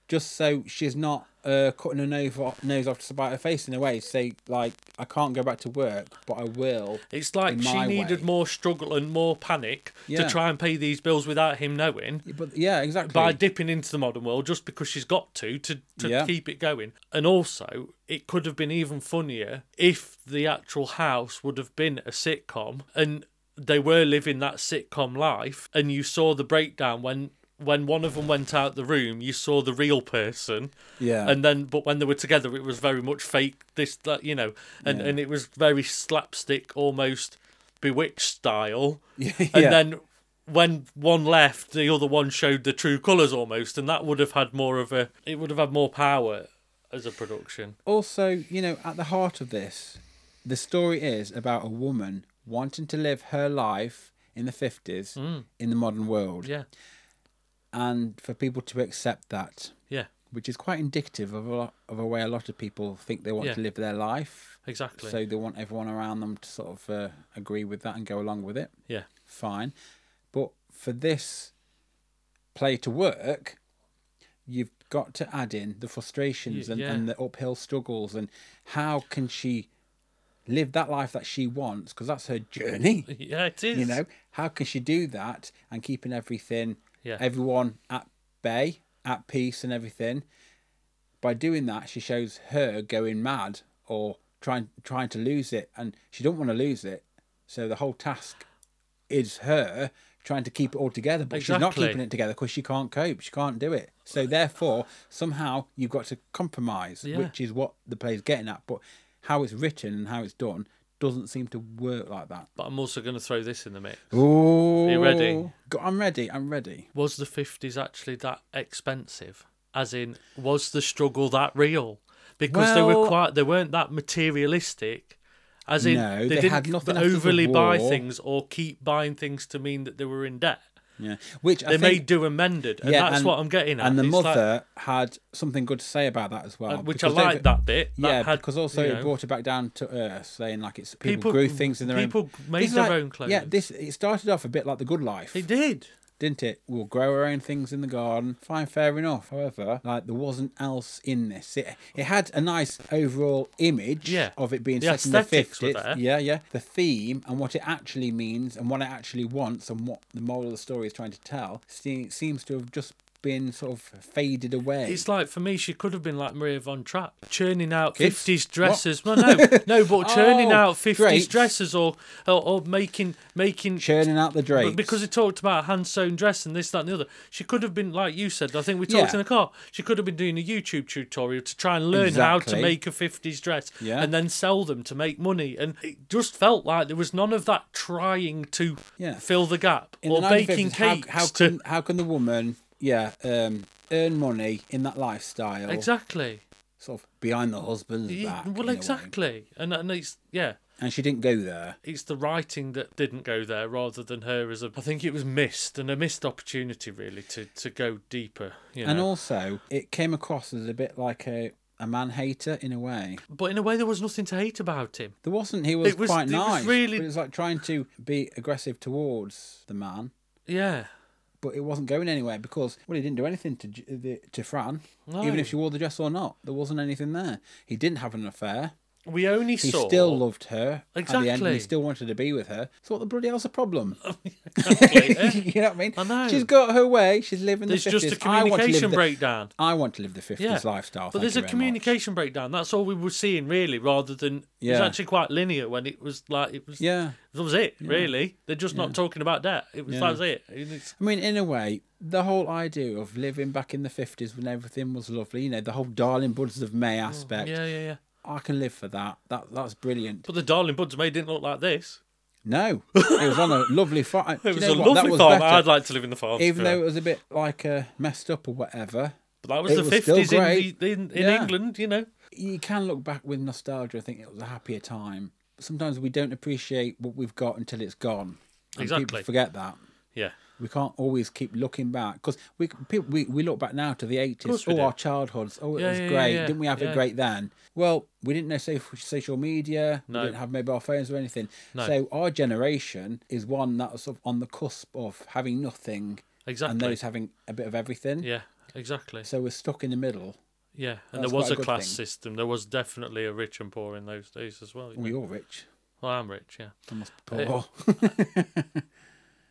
A: Just so she's not uh, cutting her nose off, nose off to spite her face in a way. Say like, I can't go back to work, but I will.
B: It's like
A: in
B: she
A: my
B: needed
A: way.
B: more struggle and more panic
A: Yeah.
B: to try and pay these bills without him knowing.
A: But yeah, exactly.
B: by dipping into the modern world just because she's got to to, to
A: Yeah.
B: keep it going. And also, it could have been even funnier if the actual house would have been a sitcom and they were living that sitcom life and you saw the breakdown when when one of them went out the room you saw the real person
A: Yeah.
B: and then but when they were together it was very much fake this that you know and and it was very slapstick almost bewitched style and
A: Yeah.
B: then when one left, the other one showed the true colours almost, and that would have had more of a. It would have had more power as a production.
A: also, you know, at the heart of this, the story is about a woman wanting to live her life in the 50s in the modern world
B: Hmm. Yeah,
A: and for people to accept that,
B: yeah,
A: which is quite indicative of a, lot, of a way a lot of people think they want
B: Yeah.
A: to live their life.
B: exactly.
A: So they want everyone around them to sort of uh, agree with that and go along with it.
B: yeah,
A: Fine. But for this play to work, you've got to add in the frustrations
B: Y-
A: and,
B: yeah.
A: and the uphill struggles and how can she live that life that she wants because that's her journey
B: yeah, it is.
A: you know how can she do that and keeping everything
B: Yeah.
A: everyone at bay at peace and everything by doing that she shows her going mad or trying trying to lose it and she don't want to lose it so the whole task is her trying to keep it all together, but she's not
B: Exactly.
A: keeping it together because she can't cope. She can't do it. So therefore, somehow you've got to compromise,
B: Yeah.
A: which is what the play's getting at. But how it's written and how it's done doesn't seem to work like that.
B: But I'm also going to throw this in the mix.
A: Oh,
B: you ready?
A: I'm ready. I'm ready.
B: Was the 50s actually that expensive? As in, was the struggle that real? Because they were
A: Well-
B: quite, they weren't that materialistic. As in,
A: No,
B: they,
A: they
B: didn't
A: had nothing after the
B: overly buy
A: war.
B: things or keep buying things to mean that they were in debt.
A: Yeah, which I
B: They
A: think,
B: made do and mended, and
A: yeah,
B: that's
A: and-
B: what I'm getting at.
A: And the
B: It's like-
A: mother had something good to say about that as well,
B: uh, which I
A: because they've-
B: like that bit. That
A: Yeah,
B: had,
A: because also
B: you
A: it
B: know,
A: brought it back down to earth, saying like it's people,
B: People-
A: grew things in their own.
B: people made
A: This is
B: their
A: like-
B: own clothes.
A: Yeah, this it started off a bit like the good life,
B: They did.
A: didn't it? We'll grow our own things in the garden. Fine, fair enough. However, like there wasn't else in this. It it had a nice overall image
B: Yeah.
A: of it being
B: The
A: set in the
B: aesthetics were
A: fifties.
B: there.
A: Yeah, yeah. The theme and what it actually means and what it actually wants and what the moral of the story is trying to tell se- seems to have just been sort of faded away.
B: It's like for me, she could have been like Maria von Trapp, churning out
A: Kids?
B: fifties dresses. No, no, no, but churning
A: Oh,
B: out fifties
A: drapes.
B: dresses or, or or making making.
A: churning out the drapes
B: but because it talked about hand sewn dress and this, that, and the other, she could have been like you said. I think we talked
A: Yeah.
B: in the car. She could have been doing a YouTube tutorial to try and learn how to
A: Exactly.
B: make a fifties dress
A: Yeah.
B: and then sell them to make money. And it just felt like there was none of that trying to
A: Yeah.
B: fill the gap
A: in
B: or
A: the
B: baking
A: 1950s, how-
B: cakes
A: How,
B: to
A: can how can the woman, yeah, um, earn money in that lifestyle?
B: exactly.
A: Sort of behind the husband's
B: Ye-
A: back. in a
B: well,
A: way.
B: exactly, and and it's yeah,
A: And she didn't go there.
B: it's the writing that didn't go there rather than her as a. I think it was missed and a missed opportunity really to to go deeper. You know,
A: And also, it came across as a bit like a, a man hater in a way.
B: but in a way there was nothing to hate about him.
A: There wasn't. He was,
B: It was-
A: quite
B: it was
A: nice.
B: really-
A: but it was like trying to be aggressive towards the man.
B: Yeah,
A: But it wasn't going anywhere because well he didn't do anything to J- the, to Fran, even
B: No.
A: if she wore the dress or not. There wasn't anything there. He didn't have an affair.
B: we only
A: He
B: saw
A: still loved her at the end and
B: Exactly.
A: he still wanted to be with her. So what the bloody hell's the problem?
B: There's
A: you know what I mean?
B: I know.
A: She's got her way. She's living the 50s.
B: just a
A: I want to live
B: communication
A: the-
B: breakdown.
A: I want to live the 50s
B: Yeah,
A: lifestyle.
B: But
A: thank
B: there's
A: you
B: a
A: very
B: communication breakdown. That's all we were seeing really, rather than it
A: Yeah.
B: was actually quite linear when it was like it was.
A: much. Yeah.
B: That was it, really. They're just not talking about that. It was
A: Yeah.
B: that's it. And it's-
A: I mean, in a way, the whole idea of living back in the 50s when everything was lovely, you know, the whole Darling Buds of May aspect,
B: Mm, yeah, yeah, yeah.
A: I can live for that. that that's brilliant.
B: But the Darling Buds May didn't look like this.
A: No, it was on a lovely farm.
B: It was a lovely farm. I'd like to live in the farm.
A: Even
B: yeah.
A: though it was a bit like uh, messed up or whatever,
B: But that was
A: it
B: the
A: was still
B: fifties in,
A: great.
B: the- in, in
A: Yeah.
B: England, you know.
A: you can look back with nostalgia and think it was a happier time. Sometimes we don't appreciate what we've got until it's gone. And
B: Exactly.
A: People forget that.
B: Yeah,
A: We can't always keep looking back because we, people, we we look back now to the
B: course
A: eighties.
B: we
A: Oh,
B: do.
A: our childhoods. Oh, it
B: Yeah,
A: was
B: yeah, yeah,
A: great.
B: yeah,
A: Didn't we have
B: yeah.
A: it great then? Well, we didn't know so- social media.
B: No.
A: We didn't have mobile phones or anything.
B: No.
A: So our generation is one that was sort of on the cusp of having nothing and
B: exactly.
A: those having a bit of everything.
B: Yeah, exactly.
A: So we're stuck in the middle.
B: Yeah, and
A: That's
B: there was
A: quite a
B: a
A: good
B: class
A: thing.
B: system. There was definitely a rich and poor in those days as well. you
A: Well,
B: know.
A: you're rich.
B: Well, I'm rich, yeah.
A: I must be poor.
B: Eh,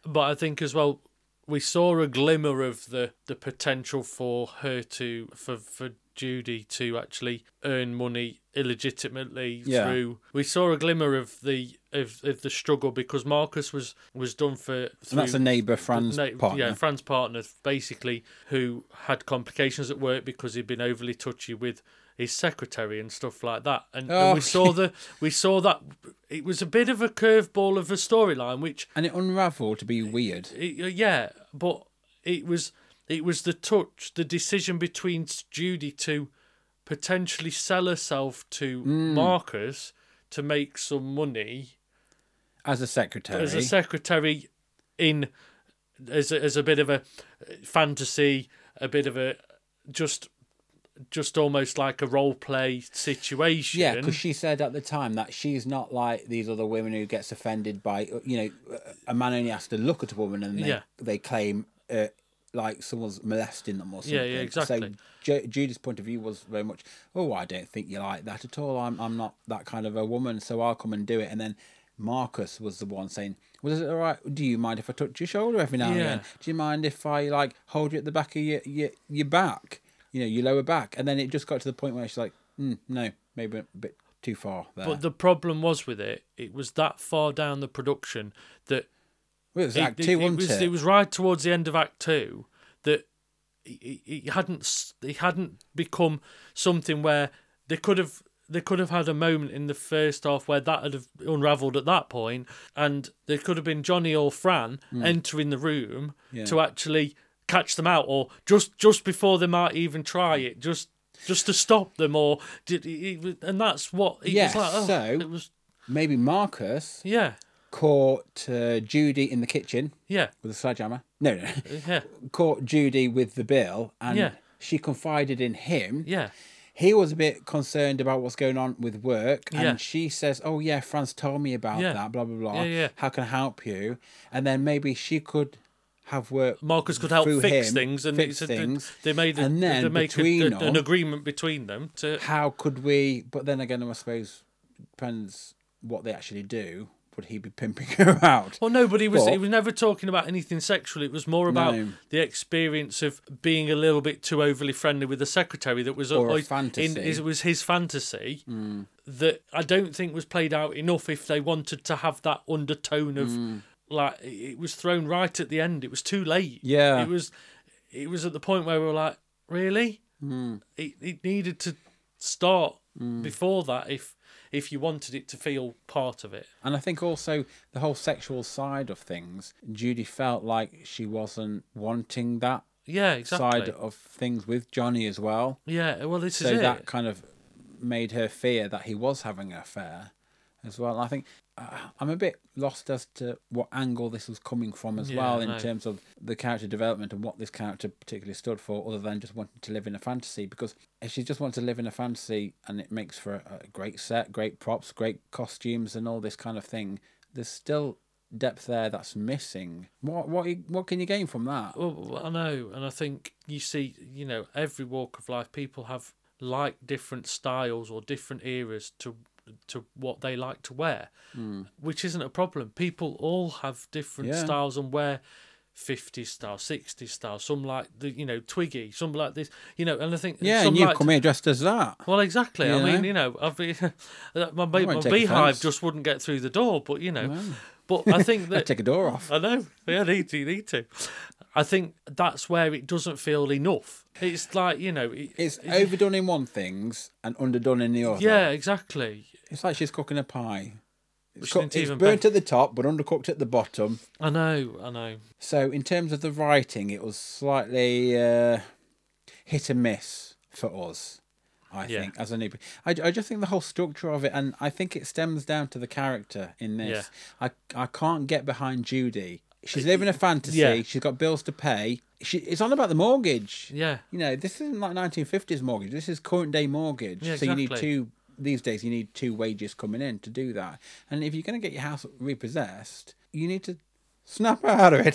B: But I think as well, we saw a glimmer of the the potential for her to for for Judy to actually earn money illegitimately
A: Yeah.
B: through. We saw a glimmer of the of, of the struggle because Marcus was was done for.
A: and that's
B: through-
A: a neighbour, Fran's
B: No, Yeah,
A: partner.
B: Fran's partner, basically, who had complications at work because he'd been overly touchy with his secretary and stuff like that. And, and we
A: Oh.
B: saw the we saw that it was a bit of a curveball of a storyline, which
A: And it unravelled to be weird.
B: it, uh, yeah, but it was it was the touch, the decision between Judy to potentially sell herself to
A: Mm.
B: Marcus to make some money
A: As a secretary.
B: as a secretary in as a, as a bit of a fantasy, a bit of a just just almost like a role play situation.
A: Yeah, because she said at the time that she's not like these other women who gets offended by you know a man only has to look at a woman and they
B: Yeah.
A: they claim uh, like someone's molesting them or something.
B: Yeah, yeah, exactly.
A: So Ju- Judy's point of view was very much, oh, I don't think you like that at all. I'm I'm not that kind of a woman, so I'll come and do it. And then Marcus was the one saying, well, is it all right? Do you mind if I touch your shoulder every now and
B: Yeah.
A: then? Do you mind if I like hold you at the back of your your, your back? You know, your lower back. And then it just got to the point where she's like, mm, no, maybe a bit too far there.
B: but the problem was with it, it was that far down the production that
A: Well, it was Act
B: it,
A: Two,
B: it
A: wasn't
B: was,
A: it?
B: it was right towards the end of Act Two that he, he he hadn't s- he hadn't become something where they could have they could have had a moment in the first half where that had have unravelled at that point, and there could have been Johnny or Fran
A: Mm.
B: entering the room to actually catch them out, or just just before they might even try it, just just to stop them, or did he, he- and that's what it
A: Yes,
B: was like. Oh,
A: so-
B: it was
A: Maybe Marcus
B: yeah
A: caught uh, Judy in the kitchen
B: yeah
A: with a sledgehammer. No, no,
B: yeah
A: caught Judy with the bill, and
B: Yeah.
A: she confided in him.
B: yeah.
A: He was a bit concerned about what's going on with work, and
B: Yeah.
A: she says, "Oh yeah, Franz told me about
B: Yeah.
A: that. Blah blah blah.
B: Yeah, yeah.
A: How can I help you?" And then maybe she could have work.
B: Marcus could help
A: through
B: fix
A: him,
B: things, and
A: fix
B: it's a- they-
A: things,
B: they made a,
A: and then
B: they make a-
A: between
B: a- an
A: all-
B: agreement between them to
A: How could we? But then again, I suppose depends what they actually do. Would he be pimping her out?
B: Well, no, but he was
A: But-
B: he was never talking about anything sexual. It was more about
A: No.
B: the experience of being a little bit too overly friendly with the secretary. That was
A: Or a
B: always
A: fantasy. Mm.
B: In, it was his fantasy that I don't think was played out enough. If they wanted to have that undertone of
A: Mm.
B: like, it it was thrown right at the end. It was too late.
A: Yeah.
B: it was. It was at the point where we were like, really?
A: Mm.
B: It it needed to start before that if if you wanted it to feel part of it.
A: And I think also the whole sexual side of things, Judy felt like she wasn't wanting that
B: Yeah, exactly.
A: side of things with Johnny as well.
B: Yeah, uh, well, this
A: So
B: is it.
A: that kind of made her fear that he was having an affair as well. And I think uh, I'm a bit lost as to what angle this was coming from as
B: Yeah,
A: well
B: I
A: in
B: know.
A: terms of the character development and what this character particularly stood for, other than just wanting to live in a fantasy. Because if she just wanted to live in a fantasy and it makes for a, a great set, great props, great costumes, and all this kind of thing, there's still depth there that's missing. What what you- what can you gain from that?
B: Well, I know, and I think you see, you know, every walk of life, people have like different styles or different eras to to what they like to wear, which isn't a problem. People all have different
A: Hmm. Yeah.
B: styles and wear. 50s style, 60s style, some like the you know Twiggy, some like this, you know, and I think
A: Yeah,
B: some
A: and you've
B: like Uh,
A: come here dressed as that.
B: Well, exactly.
A: You
B: I mean,
A: know?
B: you know, I've been, my, my,
A: won't
B: my
A: take
B: beehive
A: offence.
B: just wouldn't get through the door, but you know, but I think that
A: Take a door off.
B: I know. Yeah, need to, need to. I think that's where it doesn't feel enough. It's like you know, it,
A: It's overdone in one things and underdone in the other.
B: yeah, exactly.
A: It's like she's cooking a pie. It's,
B: Which
A: cook-
B: isn't
A: it's
B: even
A: burnt at the top but undercooked at the bottom.
B: I know, I know.
A: So in terms of the writing, it was slightly uh, hit and miss for us. I
B: Yeah.
A: think as a new, I, I just think the whole structure of it, and I think it stems down to the character in this. I I can't get behind Judy. She's living a fantasy.
B: Uh, yeah.
A: She's got bills to pay. She it's on about the mortgage.
B: Yeah,
A: You know, this isn't like 1950s mortgage. This is current day mortgage.
B: Yeah,
A: So you need
B: exactly.
A: two these days. You need two wages coming in to do that. And if you're going to get your house repossessed, you need to snap out of it.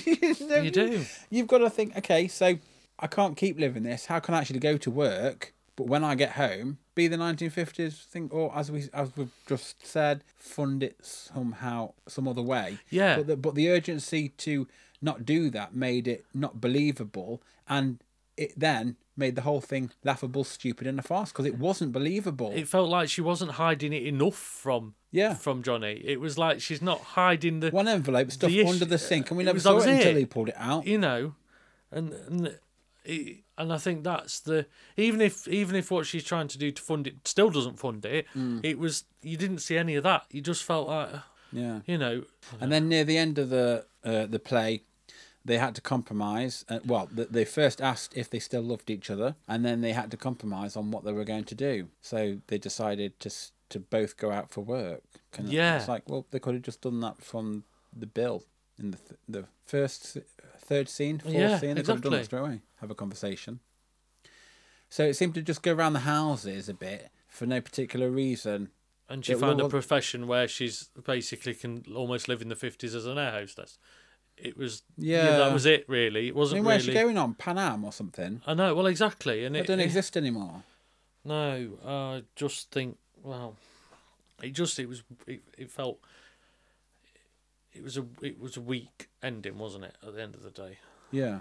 A: Don't
B: you do.
A: You've got to think. Okay, so I can't keep living this. How can I actually go to work? But when I get home, be the 1950s thing, or as we as we've just said, fund it somehow, some other way.
B: Yeah.
A: But the, but the urgency to not do that made it not believable, and it then made the whole thing laughable, stupid, and a farce because it wasn't believable.
B: It felt like she wasn't hiding it enough from
A: Yeah.
B: from Johnny. It was like she's not hiding the
A: One envelope stuffed
B: issue-
A: under the sink, and we
B: it
A: never
B: was-
A: saw
B: that
A: it
B: was
A: until
B: it.
A: he pulled it out.
B: you know, and and it, and I think that's the even if even if what she's trying to do to fund it still doesn't fund it, it was you didn't see any of that. You just felt like
A: Yeah.
B: you know,
A: And then near the end of the uh, the play, they had to compromise. Uh, well, th- they first asked if they still loved each other, and then they had to compromise on what they were going to do. So they decided to s- to both go out for work. Kind of-
B: Yeah.
A: it's like well, they could have just done that from the bill in the th- the first s- third scene, fourth
B: Yeah,
A: scene. They could have done
B: exactly.
A: that straight away. Have a conversation. So it seemed to just go around the houses a bit for no particular reason.
B: and she
A: Yeah,
B: found
A: well,
B: a profession where she's basically can almost live in the fifties as an air hostess. It was yeah,
A: Yeah.
B: that was it really.
A: I
B: It wasn't
A: mean, where's she
B: really.
A: going on? Pan Am or something?
B: I know well exactly, and
A: That
B: it,
A: don't
B: it-
A: exist anymore.
B: no, I just think well, it just it was it, it felt it was a it was a weak ending, wasn't it? At the end of the day,
A: Yeah.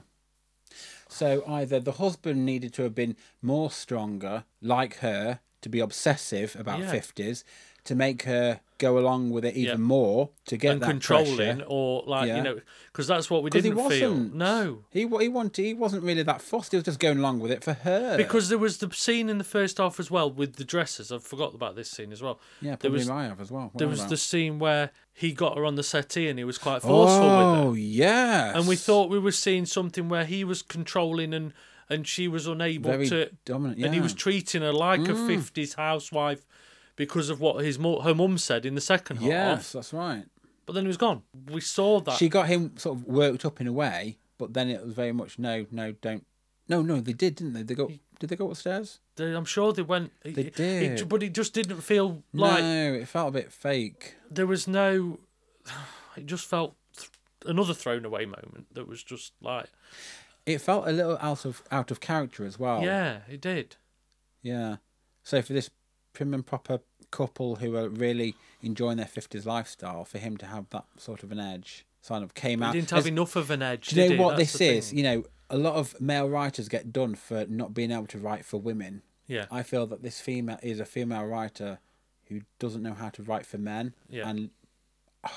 A: So either the husband needed to have been more stronger, like her, to be obsessive about
B: Yeah.
A: 50s to make her go along with it even
B: Yeah.
A: more to get
B: and
A: that
B: controlling
A: pressure.
B: or like
A: Yeah.
B: you know because that's what we
A: 'Cause
B: didn't feel. No,
A: He wa- he wanted. He wasn't really that fussed. He was just going along with it for her.
B: because there was the scene in the first half as well with the dresses. I forgot about this scene as well.
A: yeah,
B: there
A: probably
B: was
A: I have as well. What
B: there
A: am I
B: was
A: about?
B: the scene where he got her on the settee and he was quite forceful with her.
A: Oh yes.
B: And we thought we were seeing something where he was controlling and and she was unable
A: Very
B: to
A: dominant,
B: and he
A: yeah. Mm.
B: was treating her like a fifties housewife because of what his mu- her mum said in the second
A: Yes,
B: half.
A: that's right.
B: But then he was gone. We saw that.
A: She got him sort of worked up in a way, but then it was very much no, no, don't. No, no, they did, didn't they? They go. Did they go upstairs?
B: They- I'm sure they went.
A: They
B: it- It,
A: did.
B: but it just didn't feel like
A: no, it felt a bit fake.
B: there was no. It just felt th- another thrown away moment that was just like,
A: It felt a little out of out of character as well.
B: yeah, it did.
A: Yeah. So for this prim and proper couple who are really enjoying their fifties lifestyle, for him to have that sort of an edge, sort of came
B: It
A: out.
B: didn't have
A: as-
B: enough of an edge.
A: Do you know
B: did it?
A: what
B: That's
A: this
B: the
A: is?
B: thing.
A: You know, a lot of male writers get done for not being able to write for women.
B: Yeah.
A: I feel that this female is a female writer who doesn't know how to write for men.
B: Yeah.
A: And I'm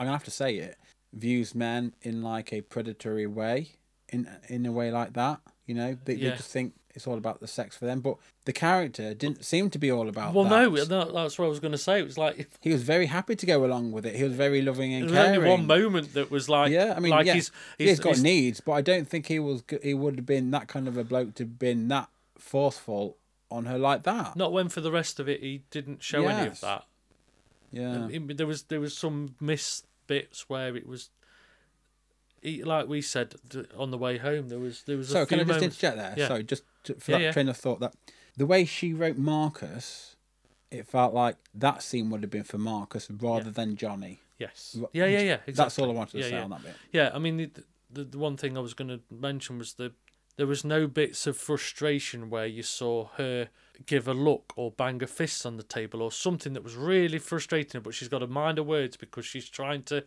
A: gonna have to say it. Views men in like a predatory way, in in a way like that. You know, they,
B: Yeah.
A: they just think it's all about the sex for them. But the character didn't seem to be all about.
B: Well,
A: that.
B: no, that, that's what I was going to say. It was like
A: He was very happy to go along with it. He was very loving and
B: there was
A: caring.
B: only one moment that was like,
A: Yeah, I mean,
B: like
A: yeah,
B: he's,
A: Yeah, he's got needs, but I don't think he was. go- He would have been that kind of a bloke to have been that forceful on her like that.
B: Not when for the rest of it he didn't show any of
A: Yes.
B: that.
A: yeah,
B: It- there was there was some missed bits where it was. He, like we said th- on the way home, there was there was
A: So
B: a
A: can
B: few
A: I just
B: moments.
A: interject there?
B: Yeah.
A: Sorry, just to, for
B: Yeah,
A: that
B: yeah.
A: train of thought that the way she wrote Marcus, it felt like that scene would have been for Marcus rather than Johnny.
B: Yes.
A: Ru-
B: Yeah, yeah, yeah. Exactly.
A: That's all I wanted to
B: yeah,
A: say
B: yeah.
A: on that bit.
B: Yeah, I mean, the, the, the one thing I was going to mention was the there was no bits of frustration where you saw her give a look or bang a fist on the table or something that was really frustrating her, but she's got to mind her words because she's trying to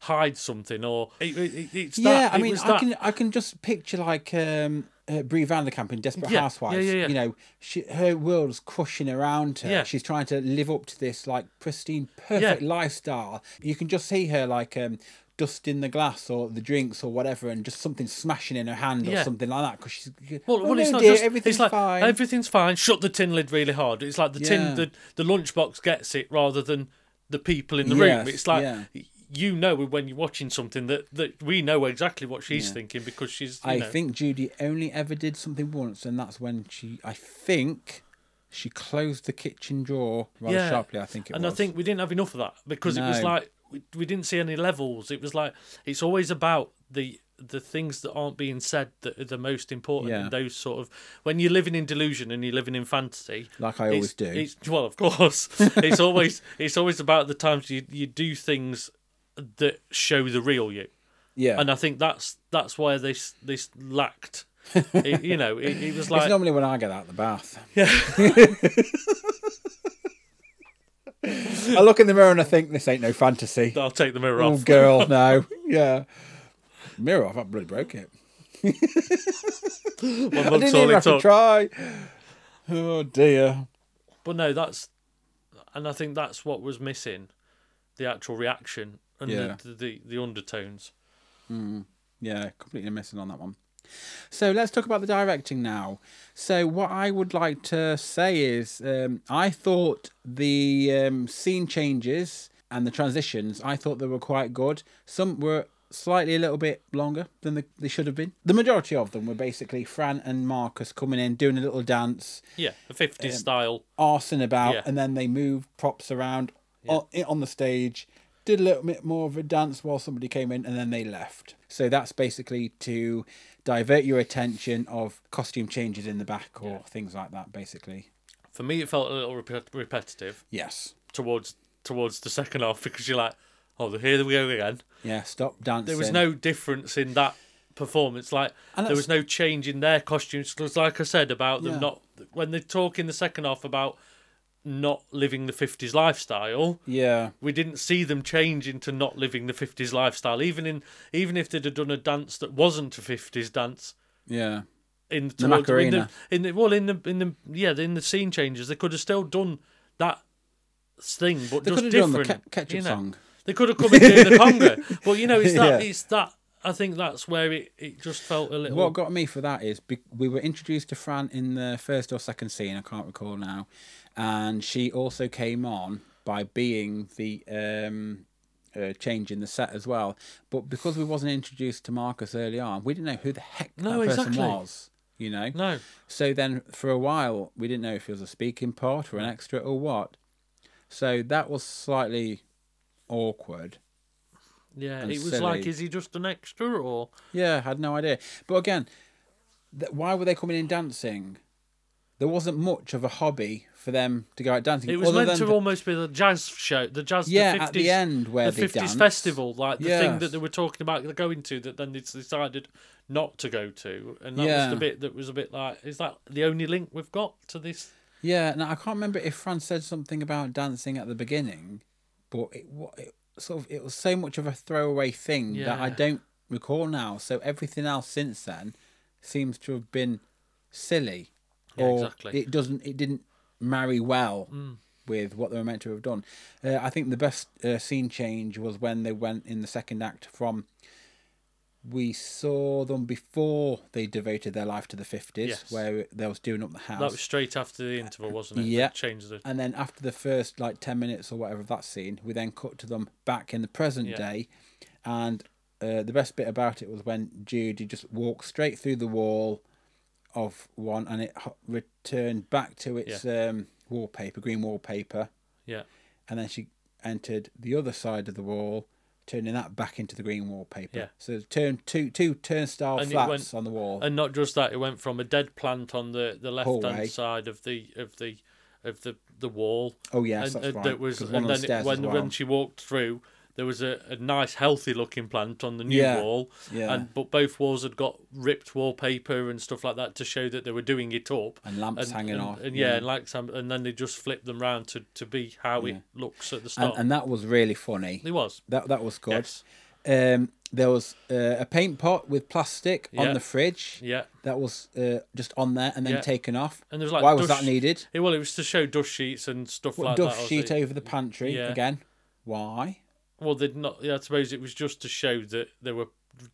B: hide something or it, it, it- it's
A: yeah,
B: that,
A: I
B: it
A: mean,
B: was
A: I
B: that.
A: can I can just picture like um, uh, Brie Vanderkamp in Desperate
B: Yeah, yeah,
A: Housewives.
B: yeah, yeah.
A: You know, she, her world's crushing around her.
B: Yeah.
A: She's trying to live up to this like pristine, perfect
B: Yeah.
A: lifestyle. You can just see her like um, dusting the glass or the drinks or whatever, and just something smashing in her hand or
B: Yeah.
A: something like that. Because she's
B: Well,
A: "Oh,
B: well, it's
A: no,
B: not
A: dear,
B: just
A: everything's
B: it's like
A: fine.
B: everything's fine. Shut the tin lid really hard. It's like the
A: Yeah.
B: tin the the lunchbox gets it rather than the people in the
A: Yes,
B: room. It's like
A: yeah.
B: you know when you're watching something that that we know exactly what she's thinking because she's. You
A: I
B: know,
A: think Judy only ever did something once, and that's when she, I think, she closed the kitchen drawer rather
B: Yeah.
A: sharply. I think it
B: and
A: was.
B: I think we didn't have enough of that because it was
A: No.
B: like we, we didn't see any levels. It was like it's always about the the things that aren't being said that are the most important
A: Yeah.
B: in those sort of when you're living in delusion and you're living in fantasy
A: Like I always
B: it's,
A: do.
B: it's- well of course it's always it's always about the times you, you do things that show the real you
A: yeah.
B: and i think that's that's why this this lacked it, you know it, it was like
A: it's normally when I get out of the bath.
B: Yeah.
A: I look in the mirror and I think this ain't no fantasy.
B: i'll take the mirror
A: Oh,
B: off
A: girl, no. Yeah. Mirror off, I bloody broke it.
B: One
A: I
B: mug's
A: didn't
B: all
A: even
B: it
A: have to
B: took.
A: try. Oh dear.
B: But no, that's, and I think that's what was missing, the actual reaction and
A: Yeah.
B: the, the the undertones.
A: Yeah, completely missing on that one. So let's talk about the directing now. So what I would like to say is, um, I thought the um, scene changes and the transitions, I thought they were quite good. Some were slightly a little bit longer than the, they should have been. The majority of them were basically Fran and Marcus coming in, doing a little dance,
B: Yeah, the
A: Um,
B: fifties style.
A: arsing about,
B: Yeah.
A: and then they moved props around on, on the stage, did a little bit more of a dance while somebody came in, and then they left. So that's basically to divert your attention of costume changes in the back or things like that, basically.
B: For me, it felt a little repet- repetitive
A: Yes.
B: towards towards the second half because you're like, oh, here we go again.
A: Yeah, stop dancing.
B: There was no difference in that performance. Like
A: And
B: there was no change in their costumes because, like I said about them
A: Yeah.
B: not when they talk in the second half about not living the fifties lifestyle.
A: Yeah.
B: we didn't see them change into not living the 50s lifestyle even in even if they'd have done a dance that wasn't a 50s dance
A: Yeah.
B: in the,
A: The
B: towards- in the
A: Macarena.
B: in the well in the in the yeah in the scene changes they could have still done that thing but
A: They
B: just
A: could have done
B: different
A: the ke- ketchup
B: you know.
A: song.
B: they could have come and do the conga but you know it's that
A: Yeah.
B: it's that I think that's where it, it just felt a little
A: What got me for that is be- we were introduced to Fran in the first or second scene, I can't recall now, and she also came on by being the um, uh, change in the set as well. But because we wasn't introduced to Marcus early on, we didn't know who the heck
B: No,
A: that person
B: exactly.
A: was. You know,
B: no
A: so then, for a while, we didn't know if he was a speaking part or an extra or what. So that was slightly awkward.
B: yeah
A: and
B: it was like
A: silly.
B: is he just an extra or
A: Yeah, had no idea. But again, th- why were they coming in dancing? There wasn't much of a hobby for them to go out dancing.
B: It was
A: other
B: meant
A: than
B: to
A: the-
B: almost be the jazz show, the jazz.
A: Yeah,
B: the 50s,
A: at the end where
B: the
A: they dance.
B: festival, like the thing that
A: Yes.
B: they were talking about, they're going to that then they decided not to go to, and that
A: Yeah.
B: was the bit that was a bit like, is that the only link we've got to this?
A: Yeah, and I can't remember if Fran said something about dancing at the beginning, but it, wa- it sort of it was so much of a throwaway thing that I
B: Yeah.
A: don't recall now. So everything else since then seems to have been silly,
B: Yeah,
A: or
B: exactly. Mm.
A: it doesn't it didn't marry well with what they were meant to have done. Uh, I think the best uh, scene change was when they went in the second act from. We saw them before they devoted their life to the fifties,
B: Yes.
A: where they was doing up the house.
B: That was straight after the interval, wasn't it?
A: Yeah.
B: They changed the.
A: And then after the first like ten minutes or whatever of that scene, we then cut to them back in the present
B: Yeah.
A: day, and uh, the best bit about it was when Judy just walked straight through the wall of one, and it ho- returned back to its um, wallpaper, green wallpaper,
B: Yeah,
A: and then she entered the other side of the wall, turning that back into the green wallpaper.
B: Yeah.
A: So it turned two two turnstile
B: And it
A: flats
B: went-
A: on the wall.
B: and not just that, it went from a dead plant on the the left
A: Hallway.
B: hand side of the of the of the the wall.
A: oh yes,
B: and,
A: that's
B: and
A: right.
B: that was
A: 'cause
B: and
A: one on the
B: then it-
A: stairs as
B: when
A: well.
B: when she walked through there was a, a nice healthy looking plant on the new
A: Yeah,
B: wall
A: yeah.
B: and but both walls had got ripped wallpaper and stuff like that to show that they were doing it up
A: And lamps hanging
B: and,
A: off,
B: and yeah,
A: yeah.
B: and like some and then they just flipped them round to, to be how it looks at the
A: and,
B: start
A: and that was really funny.
B: it was
A: That that was good.
B: Yes.
A: Um, there was uh, a paint pot with plastic
B: Yeah.
A: on the fridge.
B: yeah
A: That was uh, just on there and then
B: Yeah.
A: taken off.
B: and there was like
A: Why was
B: dust-
A: that needed?
B: Yeah, well it was to show dust sheets and stuff like
A: Duff
B: that
A: sheet
B: obviously.
A: over the pantry
B: Yeah.
A: again. Why?
B: well they'd not yeah, i suppose it was just to show that they were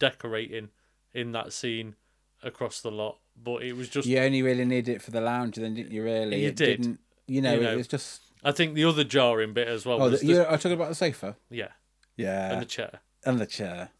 B: decorating in that scene across the lot but it was just
A: You only really needed it for the lounge, then didn't you? Really,
B: You
A: it
B: did.
A: not You know,
B: You
A: it
B: know.
A: was just.
B: I think the other jarring bit as well.
A: Oh,
B: was
A: the,
B: the-
A: you are talking about the sofa.
B: yeah,
A: Yeah,
B: and the chair.
A: chair.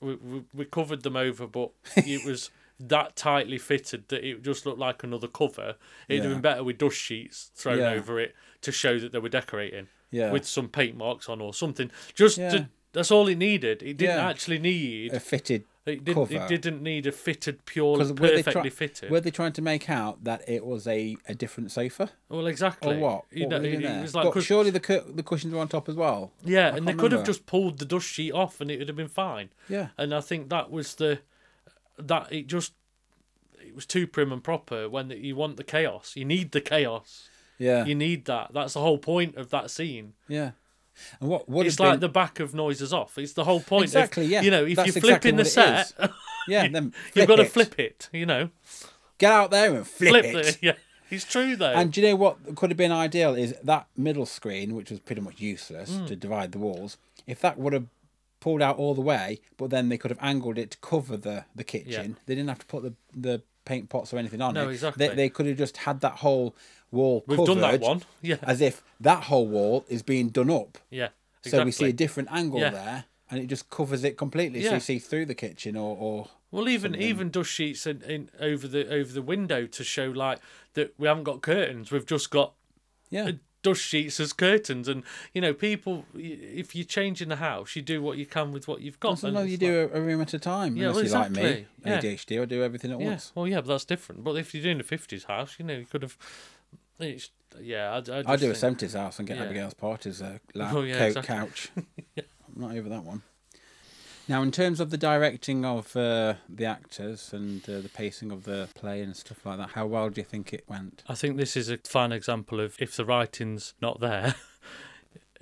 B: We, we we covered them over, but it was that tightly fitted that it just looked like another cover. It'd have
A: Yeah.
B: been better with dust sheets thrown
A: Yeah.
B: over it to show that they were decorating.
A: Yeah.
B: with some paint marks on or something. Just
A: Yeah.
B: to, that's all it needed. It didn't
A: Yeah.
B: actually need.
A: A fitted
B: It didn't.
A: cover.
B: It didn't need a fitted, purely
A: because were they, try-
B: perfectly fitted.
A: were they trying to make out that it was a, a different sofa
B: well, exactly.
A: or what?
B: You
A: What
B: know,
A: were they
B: it,
A: doing
B: it
A: there?
B: was like
A: But
B: 'cause-
A: surely the cur- the cushions were on top as well.
B: Yeah,
A: I
B: and they
A: can't
B: could have
A: remember.
B: just pulled the dust sheet off, and it would have been fine.
A: Yeah.
B: and I think that was the that it just it was too prim and proper. When you want the chaos, you need the chaos.
A: Yeah,
B: You need that. That's the whole point of that scene.
A: yeah. And what would
B: It's
A: have
B: like
A: been-
B: the back of noises off. It's the whole point. If-
A: Exactly, yeah.
B: You know, if
A: That's
B: you're
A: exactly
B: flipping the
A: what it
B: set,
A: is. yeah, then
B: you've
A: flip
B: got to
A: it.
B: flip it. You know,
A: Get out there and flip,
B: flip,
A: it.
B: it. Yeah, it's true though.
A: And do you know what could have been ideal is that middle screen, which was pretty much useless
B: Hmm.
A: to divide the walls. If that would have pulled out all the way, but then they could have angled it to cover the the kitchen. They didn't have to put the the paint pots or anything on
B: No,
A: it.
B: exactly.
A: They, they could have just had that whole wall
B: We've
A: covered.
B: done that one. Yeah,
A: As if that whole wall is being done up.
B: yeah. Exactly.
A: So we see a different angle
B: Yeah.
A: there, and it just covers it completely. So
B: Yeah.
A: you see through the kitchen or, or
B: Well, even even dust sheets in, in over the over the window to show like that we haven't got curtains. We've just got
A: yeah,
B: dust uh, sheets as curtains, and you know people. y- If you're changing the house, you do what you can with what you've got. and
A: Sometimes you
B: it's
A: do a, a room at a time.
B: Yeah,
A: unless
B: well,
A: you're
B: exactly. Yeah.
A: like me, ADHD, I do everything at
B: like, yeah,
A: once.
B: well, yeah, but that's different. But if you're doing a fifties house, you know you could have. It's, yeah, I, I, just
A: I do a
B: think-
A: seventies house and get
B: Yeah.
A: Abigail's parties uh, lap,
B: Oh, yeah,
A: coat,
B: exactly.
A: couch. I'm not over that one. Now, in terms of the directing of uh, the actors and uh, the pacing of the play and stuff like that, how well do you think it went?
B: I think this is a fine example of if the writing's not there,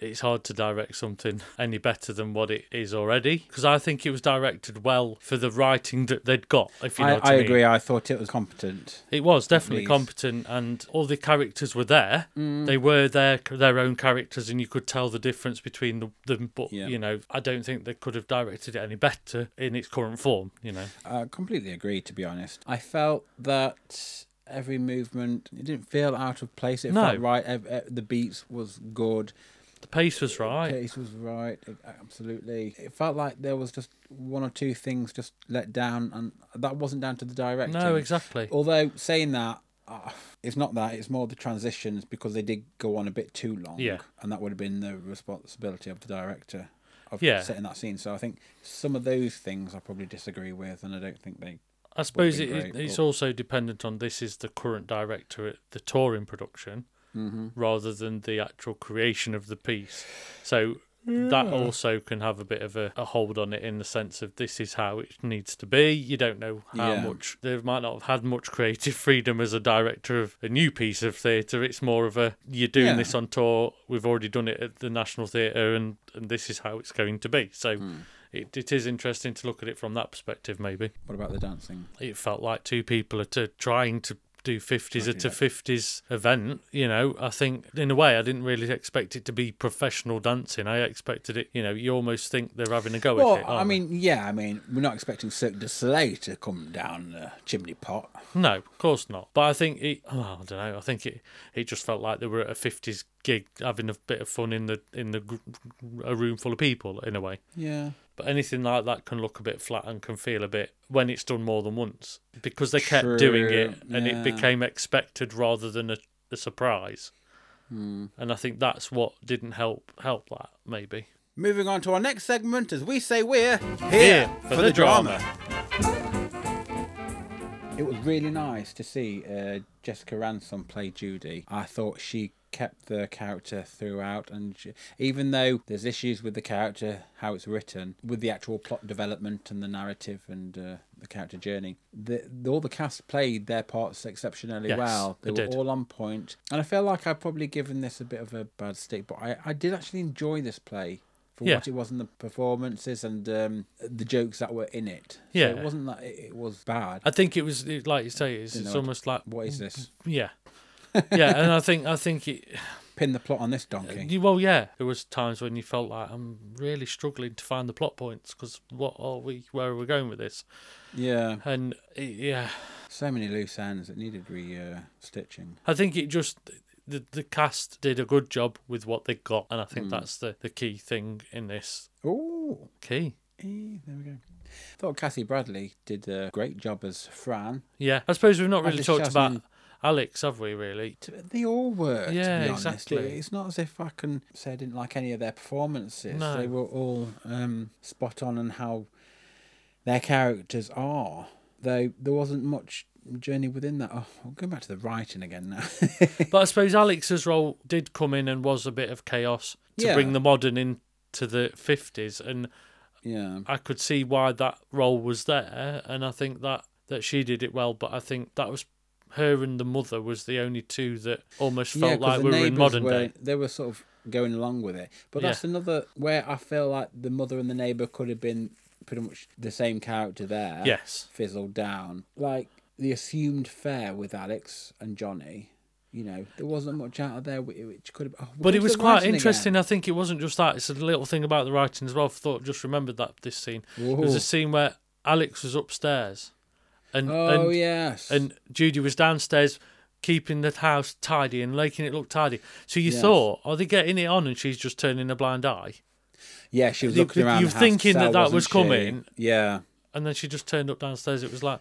B: it's hard to direct something any better than what it is already because I think it was directed well for the writing that they'd got. If you
A: I,
B: know what
A: I
B: mean.
A: agree. I thought it was competent.
B: It was definitely
A: least.
B: competent, and all the characters were there. They were their their own characters, and you could tell the difference between the, them. But
A: Yeah.
B: you know, I don't think they could have directed it any better in its current form. You know,
A: I completely agree, to be honest. I felt that every movement it didn't feel out of place. It
B: No.
A: felt right. Ev- ev- the beats was good.
B: the pace was right.
A: Pace was right. It- absolutely. It felt like there was just one or two things just let down, and that wasn't down to Oh, the directing.
B: No, exactly.
A: Although saying that, uh, it's not that. It's more the transitions because they did go on a bit too long.
B: Yeah.
A: And that would have been the responsibility of the director of
B: Yeah.
A: setting that scene. So I think some of those things I probably disagree with, and I don't think they.
B: I suppose
A: been
B: it,
A: great,
B: it's
A: but-
B: also dependent on this is the current director at the touring production
A: Mm-hmm.
B: rather than the actual creation of the piece. So that also can have a bit of a, a hold on it in the sense of this is how it needs to be. You don't know how
A: Yeah.
B: much they might not have had much creative freedom as a director of a new piece of theatre. It's more of a you're doing
A: Yeah.
B: this on tour. We've already done it at the National Theatre, and, and this is how it's going to be. So.
A: Hmm.
B: It, it is interesting to look at it from that perspective, maybe
A: What about the dancing?
B: it felt like two people are to, trying to do 50s at a
A: that.
B: 50s event you know i think in a way i didn't really expect it to be professional dancing i expected it you know you almost think they're having a go
A: Well,
B: at it oh,
A: I
B: aren't they?
A: mean, yeah, I mean, we're not expecting Cirque du Soleil to come down the chimney pot.
B: no of course not but i think it oh, i don't know i think it it just felt like they were at a 50s gig having a bit of fun in the in the gr- a room full of people in a way
A: Yeah.
B: but anything like that can look a bit flat and can feel a bit when it's done more than once because they kept doing it
A: True,
B: and
A: yeah.
B: it became expected rather than a, a surprise.
A: Hmm.
B: And I think that's what didn't help help that maybe.
A: Moving on to our next segment, as we say we're here,
B: for the drama.
A: It was really nice to see uh, Jessica Ransom play Judy. I thought she kept the character throughout, and she, even though there's issues with the character, how it's written, with the actual plot development and the narrative and uh, the character journey, the, the, all the cast played their parts exceptionally
B: Yes,
A: well. They
B: they
A: were
B: did.
A: all on point, and I feel like I've probably given this a bit of a bad stick, but I, I did actually enjoy this play. For
B: Yeah.
A: what it was in the performances and um, the jokes that were in it, So
B: Yeah.
A: it wasn't that it, it was bad.
B: I Mm. think it was it- like you say it's,
A: Didn't
B: it's
A: know what-
B: almost like
A: What is this?
B: yeah. yeah, and I think I think it.
A: Pin the plot on this donkey.
B: you- Well, yeah, there was times when you felt like I'm really struggling to find the plot points because what are we? Where are we going with this?
A: Yeah,
B: And it, yeah,
A: so many loose ends that needed re uh, stitching.
B: I think it just the the cast did a good job with what they got, and I think
A: Hmm.
B: that's the the key thing in this
A: Oh,
B: key.
A: Eh, there we go. Thought Cassie Bradley did a great job as Fran.
B: Yeah, I suppose we've not really
A: just
B: talked about
A: Jasmine.
B: Alex, have we? Really?
A: To- They all were.
B: Yeah,
A: to be
B: exactly.
A: Honest. It- It's not as if I can say I didn't like any of their performances.
B: No.
A: They were all um, spot on in how their characters are. Though there wasn't much journey within that. Oh, I'm going back to the writing again now.
B: But I suppose Alex's role did come in and was a bit of chaos to
A: Yeah.
B: bring the modern into the fifties, and
A: yeah.
B: I could see why that role was there, and I think that that she did it well. But I think that was her and the mother was the only two that almost
A: 'cause
B: felt like
A: the
B: we were in
A: neighbours
B: modern
A: were-
B: day.
A: They were sort of going along with it, but
B: Yeah.
A: that's another where I feel like the mother and the neighbour could have been pretty much the same character there.
B: Yes.
A: fizzled down like the assumed fair with Alex and Johnny. You know, there wasn't much out of there whi- which could have. Oh, we're
B: But
A: going
B: it
A: to
B: was
A: the
B: quite
A: writing
B: interesting. uh,
A: again.
B: I think it wasn't just that. It's a little thing about the writing as well. I thought just remembered that this scene. It was
A: Ooh.
B: a scene where Alex was upstairs, and
A: Oh
B: and,
A: yes,
B: and Judy was downstairs keeping the house tidy and making it look tidy. So you
A: Yes.
B: thought, are they getting it on? And she's just turning a blind eye,
A: yeah, she was
B: you-
A: looking around.
B: you
A: the house
B: thinking
A: to
B: that
A: sell,
B: that
A: wasn't
B: was
A: she?
B: coming.
A: Yeah,
B: and then she just turned up downstairs. It was like,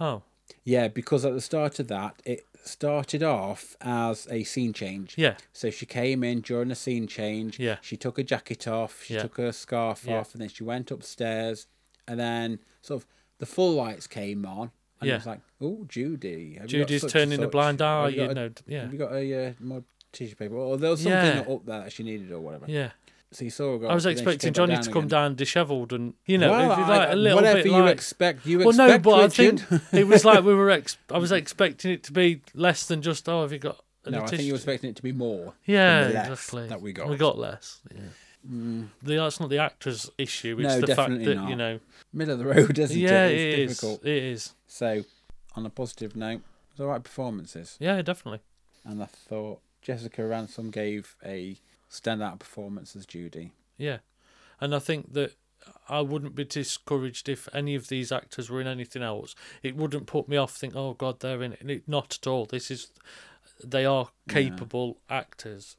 B: oh
A: yeah, because at the start of that, it started off as a scene change.
B: yeah,
A: So she came in during the scene change.
B: Yeah.
A: She took her jacket off. She
B: Yeah.
A: took her scarf
B: Yeah.
A: off, and then she went upstairs. And then sort of the full lights came on, and
B: Yeah.
A: it was like, "Oh, Judy, have you got
B: Judy's
A: such and
B: turning a
A: such?
B: blind eye.
A: Have you
B: You,
A: got a-
B: know, yeah,
A: Have you got a uh, more tissue paper, or there was something
B: Yeah.
A: up there that she needed, or whatever."
B: yeah.
A: So you saw her. Go
B: I was
A: up, and then she
B: expecting
A: came
B: Johnny
A: back
B: to come
A: again.
B: down dishevelled and you know,
A: Well,
B: it'd be
A: I-
B: like
A: I-
B: a little
A: whatever
B: bit
A: you
B: like.
A: expect, you
B: Well, no,
A: expect.
B: but I
A: Richard.
B: think it was like we were. Ex- I was expecting it to be less than just. Oh, have you got? and
A: no, I
B: it
A: think
B: is-
A: you were expecting it to be more.
B: yeah,
A: than the less
B: exactly.
A: That we got. Mm.
B: We got less. Yeah. The, that's not the actor's issue. It's
A: No,
B: the fact
A: definitely
B: that
A: not.
B: you know.
A: middle of the road, isn't
B: yeah,
A: it?
B: it
A: It's
B: is.
A: difficult.
B: It is.
A: So, on a positive note, it was alright performances,
B: Yeah, definitely.
A: and I thought Jessica Ransom gave a standout performance as Judy.
B: Yeah, and I think that I wouldn't be discouraged if any of these actors were in anything else. It wouldn't put me off. Think, oh God, they're in it. Not at all. This is, they are capable actors.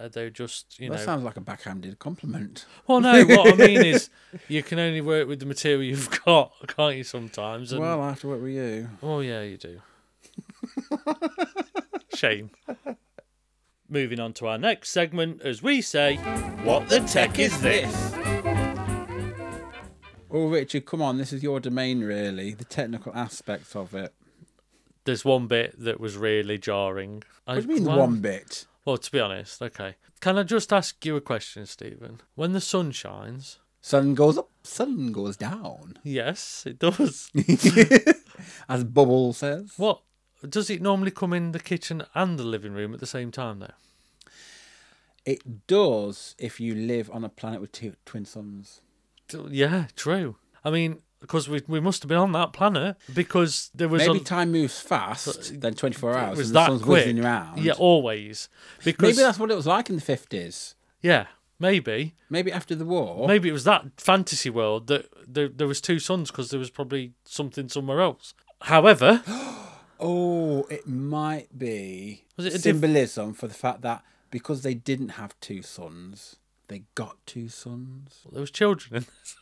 B: Uh, they're just you
A: that
B: know.
A: sounds like a backhanded compliment.
B: Well, no, what I mean is, you can only work with the material you've got, can't you? Sometimes. And,
A: Well, I have to work with you.
B: Oh yeah, you do. Shame. Moving on to our next segment, as we say,
C: What the tech is this?
A: Well, Oh, Richard, come on, this is your domain, really. The technical aspects of it.
B: there's one bit that was really jarring.
A: What do you mean,
B: well,
A: one bit?
B: Well, to be honest, okay. Can I just ask you a question, Stephen? When the sun shines,
A: Sun goes up, sun goes down,
B: yes, it does.
A: as Bubble says.
B: what does it normally come in the kitchen and the living room at the same time? Though
A: It does if you live on a planet with two twin suns.
B: D- yeah, true. I mean, because we we must have been on that planet because there was
A: Maybe
B: a,
A: time moves fast, then 24
B: it
A: hours,
B: was
A: and the
B: that
A: sun's
B: quick.
A: whizzing around.
B: Yeah, always. Because
A: Maybe that's what it was like in the 50s.
B: yeah, maybe
A: Maybe after the war.
B: maybe it was that fantasy world that there, there was two suns because there was probably something somewhere else. However,
A: Oh, it might be
B: Was it a diff-
A: symbolism for the fact that because they didn't have two sons, they got two sons.
B: there was children in this.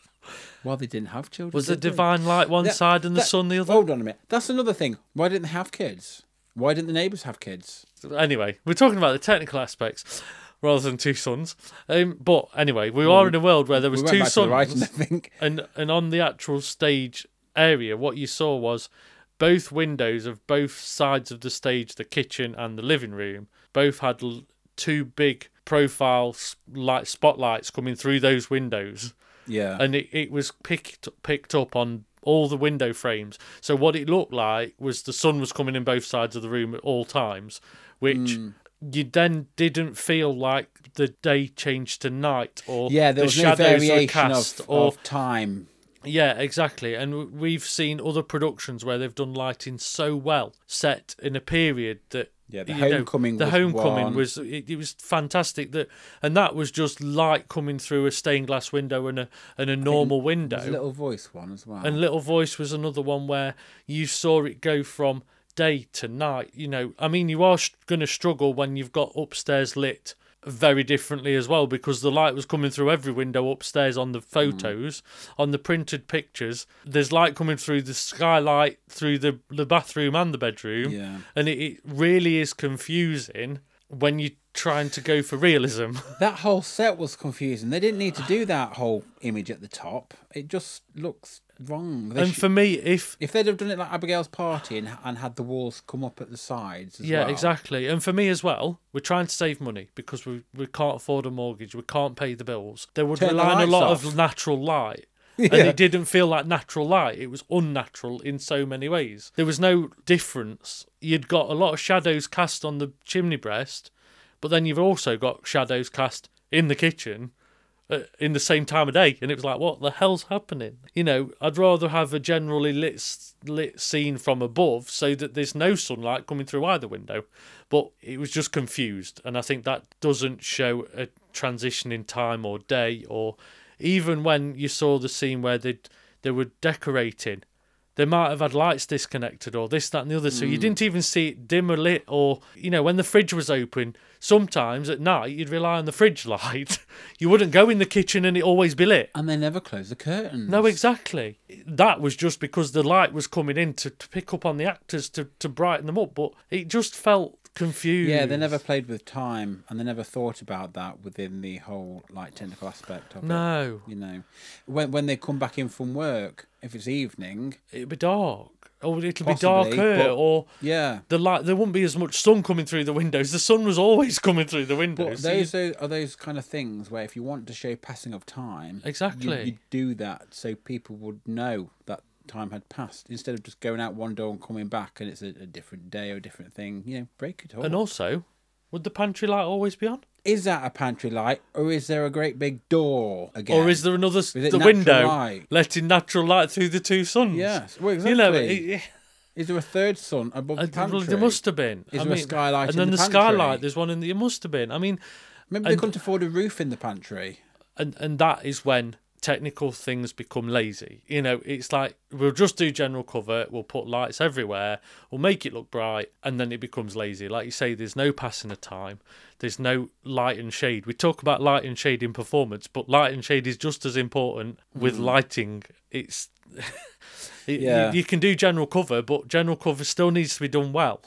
A: Well, they didn't have children.
B: Was the
A: did they?
B: divine light one
A: That-
B: side and the
A: that-
B: sun the other?
A: Hold on a minute. That's another thing. Why didn't they have kids? Why didn't the neighbours have kids?
B: Anyway, we're talking about the technical aspects rather than two suns. Um, but anyway, we are in a world where there was
A: we went
B: two
A: back to the writing, I
B: suns,
A: think.
B: and and on the actual stage area, what you saw was both windows of both sides of the stage, the kitchen and the living room, both had l- two big profile s- light spotlights coming through those windows.
A: Yeah.
B: and it, it was picked picked up on all the window frames. So what it looked like was the sun was coming in both sides of the room at all times, which
A: Hmm.
B: you then didn't feel like the day changed to night or
A: yeah,
B: the
A: there was no
B: shadows were
A: variation
B: cast
A: of,
B: or
A: of time.
B: yeah, exactly. And w- we've seen other productions where they've done lighting so well, set in a period that
A: Yeah, The
B: you know,
A: Homecoming
B: the
A: was
B: homecoming
A: one.
B: was it, it was fantastic. That and that was just light coming through a stained glass window and a and a normal window.
A: There's a little voice one as well.
B: And Little Voice was another one where you saw it go from day to night. You know, I mean, you are going to struggle when you've got upstairs lit very differently as well because the light was coming through every window upstairs on the photos, on the printed pictures. There's light coming through the skylight, through the, the bathroom and the bedroom.
A: Yeah.
B: And it, it really is confusing when you're trying to go for realism.
A: That whole set was confusing. They didn't need to do that whole image at the top. It just looks wrong. They
B: and
A: sh-
B: for me, if
A: if they'd have done it like Abigail's party and, and had the walls come up at the sides, as
B: Yeah,
A: well.
B: exactly. And for me as well, we're trying to save money because we, we can't afford a mortgage, we can't pay the bills. They would
A: Turn the
B: rely on a
A: lights
B: lot
A: off.
B: of natural light.
A: Yeah.
B: And it didn't feel like natural light. It was unnatural in so many ways. There was no difference. You'd got a lot of shadows cast on the chimney breast, but then you've also got shadows cast in the kitchen uh, in the same time of day and it was like what the hell's happening you know i'd rather have a generally lit s- lit scene from above so that there's no sunlight coming through either window but it was just confused and i think that doesn't show a transition in time or day or even when you saw the scene where they they were decorating they might have had lights disconnected or this, that, and the other. So you
A: Hmm.
B: didn't even see it dimmer lit or, you know, when the fridge was open, sometimes at night you'd rely on the fridge light. you wouldn't go in the kitchen and it always be lit.
A: And they never close the curtains.
B: No, exactly. That was just because the light was coming in to, to pick up on the actors to, to brighten them up, but it just felt confused.
A: Yeah, they never played with time, and they never thought about that within the whole like technical aspect of it.
B: No,
A: You know, when when they come back in from work, if it's evening,
B: it'd be dark. Or it'll
A: Possibly,
B: be darker,
A: but-
B: or
A: yeah.
B: the light. There wouldn't be as much sun coming through the windows. The sun was always coming through the
A: But
B: windows. so you-
A: those are, are those kind of things where if you want to show passing of time, you-
B: Exactly.
A: you, do that so people would know that time had passed instead of just going out one door and coming back and it's a, a different day or a different thing. You know, break it all.
B: And also, would the pantry light always be on?
A: is that a pantry light or is there a great big door again?
B: Or is there another s-
A: With it
B: the
A: natural
B: window
A: light.
B: letting natural light through the two suns?
A: Yes, well,
B: You know,
A: exactly.
B: it-
A: Is there a third sun above
B: Uh,
A: the pantry?
B: well, there must have been.
A: Is
B: I
A: there a
B: mean,
A: skylight
B: And
A: in
B: then
A: the
B: the skylight.
A: pantry?
B: There's one in the. It must have been. I mean,
A: Maybe they couldn't afford a roof in the pantry.
B: and and that is when technical things become lazy. You know, it's like we'll just do general cover. We'll put lights everywhere. We'll make it look bright, and then it becomes lazy. Like you say, there's no passing of time. There's no light and shade. We talk about light and shade in performance, but light and shade is just as important with lighting. It's it,
A: Yeah.
B: you, you can do general cover, but general cover still needs to be done well.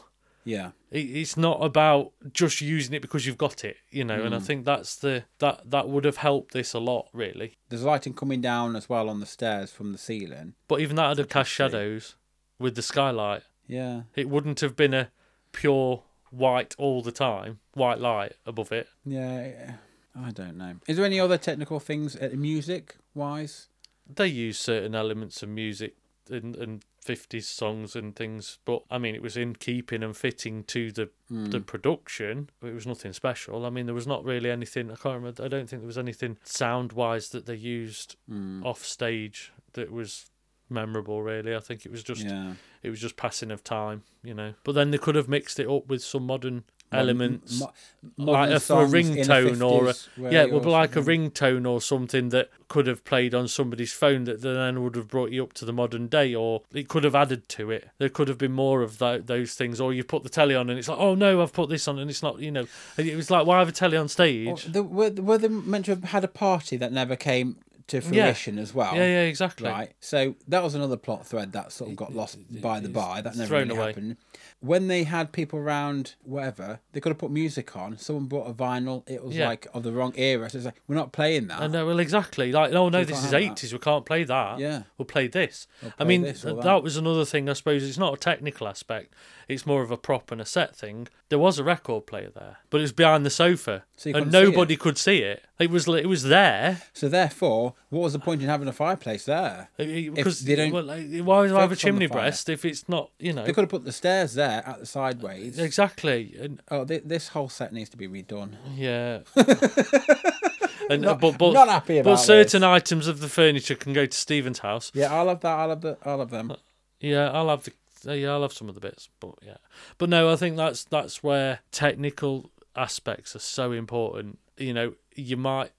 A: Yeah.
B: It- it's not about just using it because you've got it you know and i think that's the that that would have helped this a lot really
A: There's lighting coming down as well on the stairs from the ceiling.
B: but even that had a cast shadows with the skylight
A: Yeah.
B: it wouldn't have been a pure white all the time white light above it
A: Yeah. I don't know. Is there any other technical things uh, music wise?
B: they use certain elements of music and, and 50s songs and things but i mean it was in keeping and fitting to the
A: Hmm.
B: the production but it was nothing special i mean there was not really anything i can't remember i don't think there was anything sound wise that they used
A: Hmm.
B: off stage that was memorable really i think it was just
A: Yeah.
B: it was just passing of time you know but then they could have mixed it up with some modern elements
A: Mo-
B: like
A: modern
B: a, for a
A: songs in the
B: ringtone or a,
A: 50s where
B: yeah,
A: you're
B: well, like a
A: singing-
B: ringtone or something that could have played on somebody's phone that then would have brought you up to the modern day, or it could have added to it. There could have been more of tho- those things, or you put the telly on and it's like, oh no, I've put this on, and it's not, you know, and it was like, why have a telly on
A: Or
B: stage?
A: the, were, were they meant to have had a party that never came to fruition as well?
B: yeah, yeah, exactly.
A: Right. So that was another plot thread that sort of got lost by the by. That never
B: thrown
A: really
B: away.
A: happened. When they had people round, whatever, they could have put music on. Someone brought a vinyl. It was
B: Yeah.
A: like of the wrong era. So it's like we're not playing that.
B: I know, well, exactly. Like, oh no,
A: you
B: this
A: can't have
B: is
A: that.
B: eighties. We can't play that.
A: Yeah.
B: we'll play this. I
A: play
B: mean,
A: this or
B: th- that.
A: that.
B: was another thing. I suppose it's not a technical aspect. It's more of a prop and a set thing. There was a record player there, but it was behind the sofa,
A: So you
B: and
A: couldn't see
B: nobody could see it. It was li- it was there
A: So therefore, what was the point in having a fireplace there?
B: because
A: they don't
B: well, like, why would I
A: focus on
B: have a
A: the
B: chimney
A: fire.
B: breast if it's not you know
A: They could have put the stairs there at the sideways.
B: exactly? And
A: Oh, thi- this whole set needs to be redone.
B: yeah. And, but, but,
A: not happy
B: but
A: about
B: certain items of the furniture can go to Stephen's house.
A: Yeah, I'll have that. I'll have that. I'll have them.
B: Yeah, I'll have the yeah, I'll have some of the bits, but yeah, but no, I think that's that's where technical aspects are so important. You know, you might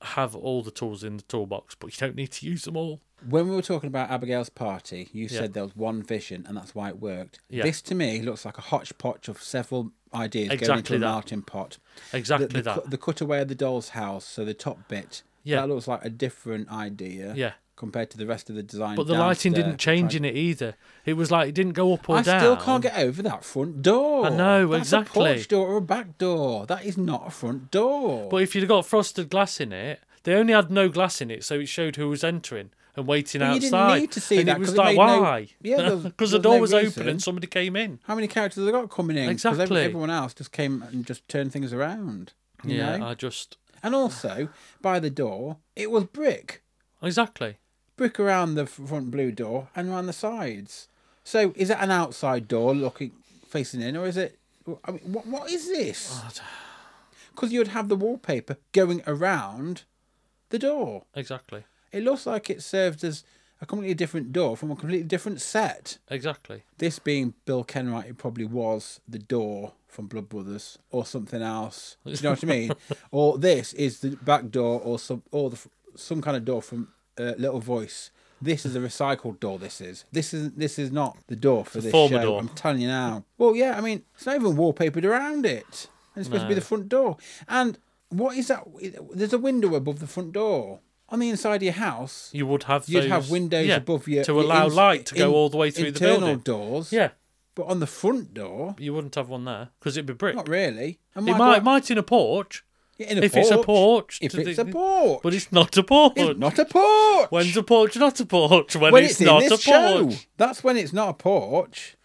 B: have all the tools in the toolbox, but you don't need to use them all.
A: When we were talking about Abigail's party, you said there was one vision and that's why it worked.
B: Yeah.
A: This to me looks like a hodgepodge of several ideas going into
B: Exactly
A: a
B: that.
A: melting pot. The,
B: Exactly
A: the,
B: that.
A: cu- the cutaway of the doll's house, so the top bit,
B: Yeah.
A: that looks like a different idea
B: Yeah.
A: compared to the rest of the design.
B: but the lighting didn't
A: downstairs.
B: change in it either. It was like it didn't go up or
A: I
B: down.
A: still can't get over that front door.
B: I know,
A: That's
B: exactly.
A: A porch door or a back door. That is not a front door.
B: But if you'd got frosted glass in it, they only had no glass in it, so it showed who was entering and waiting
A: But you didn't
B: outside.
A: need to see
B: and
A: that
B: it was
A: 'cause it
B: like
A: made no-
B: why?
A: Yeah, there was-
B: because the
A: there was
B: door
A: no
B: was open
A: reason.
B: and somebody came in.
A: How many characters have they got coming in? 'Cause every-
B: Exactly.
A: everyone else just came and just turned things around. you
B: Yeah,
A: know?
B: I just
A: And also, by the door, it was brick.
B: exactly.
A: Brick around the front blue door and around the sides. So is it an outside door looking facing in, or is it? I mean, what what is this? Because you'd have the wallpaper going around the door.
B: Exactly.
A: It looks like it served as a completely different door from a completely different set.
B: Exactly.
A: This being Bill Kenwright, it probably was the door from Blood Brothers or something else. Do you know what I mean? Or this is the back door or some or the, some kind of door from uh, Little Voice. This is a recycled door. This is this is this is not the door for this
B: former
A: show.
B: door.
A: I'm telling you now. Well, yeah, I mean it's not even wallpapered around it. And it's supposed to be the front door. And what is that? There's a window above the front door on the inside of your house.
B: You would have
A: You'd
B: those,
A: have windows
B: yeah,
A: above your
B: to
A: your
B: allow
A: ins-
B: light to go
A: in-
B: all the way through the
A: internal
B: building.
A: doors.
B: Yeah,
A: But on the front door,
B: you wouldn't have one there because it'd be brick.
A: not really. And
B: it
A: why
B: might
A: do
B: might in a porch,
A: I- in a
B: if it's a porch,
A: If
B: to
A: it's
B: the-
A: a porch.
B: but it's not a porch.
A: it's not a porch.
B: When's a porch not a porch? When,
A: when
B: it's,
A: it's,
B: not
A: in
B: a
A: this
B: porch.
A: show. That's when it's not a porch.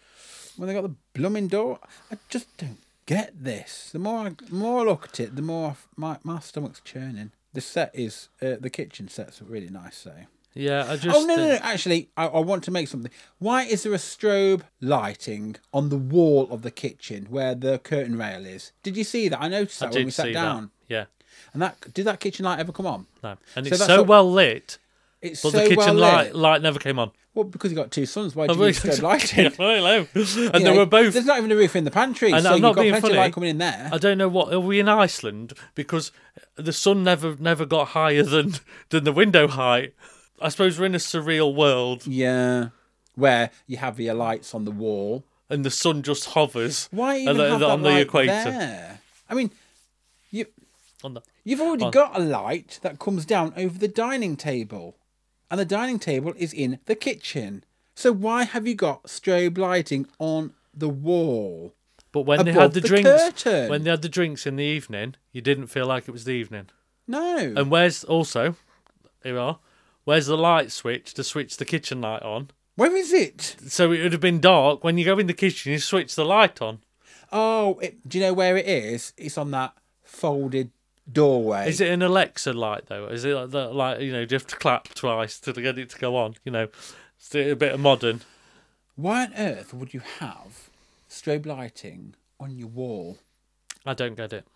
A: When they got the blooming door, I just don't get this. The more I, the more I look at it, the more I f- my my stomach's churning. The set is uh, the kitchen set's really nice. So
B: Yeah, I just. uh,
A: Oh no, no, no!
B: think-
A: Actually, I, I want to make something. Why is there a strobe lighting on the wall of the kitchen where the curtain rail is? Did you see that? I noticed
B: I
A: that when
B: did
A: we sat
B: see
A: down.
B: That. Yeah.
A: And that did that kitchen light ever come on?
B: No. And
A: So
B: it's
A: that's
B: so
A: not-
B: well lit,
A: It's
B: but
A: so
B: the kitchen
A: well
B: light
A: lit.
B: light never came on.
A: Well, because you got two sons, why do you need strobe lighting?
B: Yeah, well, hello. And
A: You
B: they
A: know,
B: were both.
A: There's not even a roof in the pantry,
B: And
A: so
B: I'm
A: you've
B: not
A: got
B: being
A: plenty of
B: funny.
A: light coming in there.
B: I don't know what. Are we in Iceland? Because the sun never never got higher than than the window height. I suppose we're in a surreal world,
A: Yeah, where you have your lights on the wall.
B: and the sun just hovers.
A: Why even
B: and the-
A: have
B: the-
A: that
B: on the
A: light
B: equator?
A: there? I mean, you
B: On the-
A: You've already
B: Oh.
A: got a light that comes down over the dining table, and the dining table is in the kitchen. So why have you got strobe lighting on the wall?
B: But when they
A: Above
B: had the,
A: the
B: drinks,
A: curtain.
B: when they had the drinks in the evening, you didn't feel like it was the evening.
A: No.
B: And where's also, here we are, where's the light switch to switch the kitchen light on?
A: Where is it?
B: So it would have been dark when you go in the kitchen. You switch the light on.
A: Oh, it, do you know where it is? It's on that folded doorway.
B: Is it an Alexa light though? Is it like that? Like you know, do you have to clap twice to get it to go on? You know, it's a bit of modern.
A: Why on earth would you have strobe lighting on your wall?
B: I don't get it.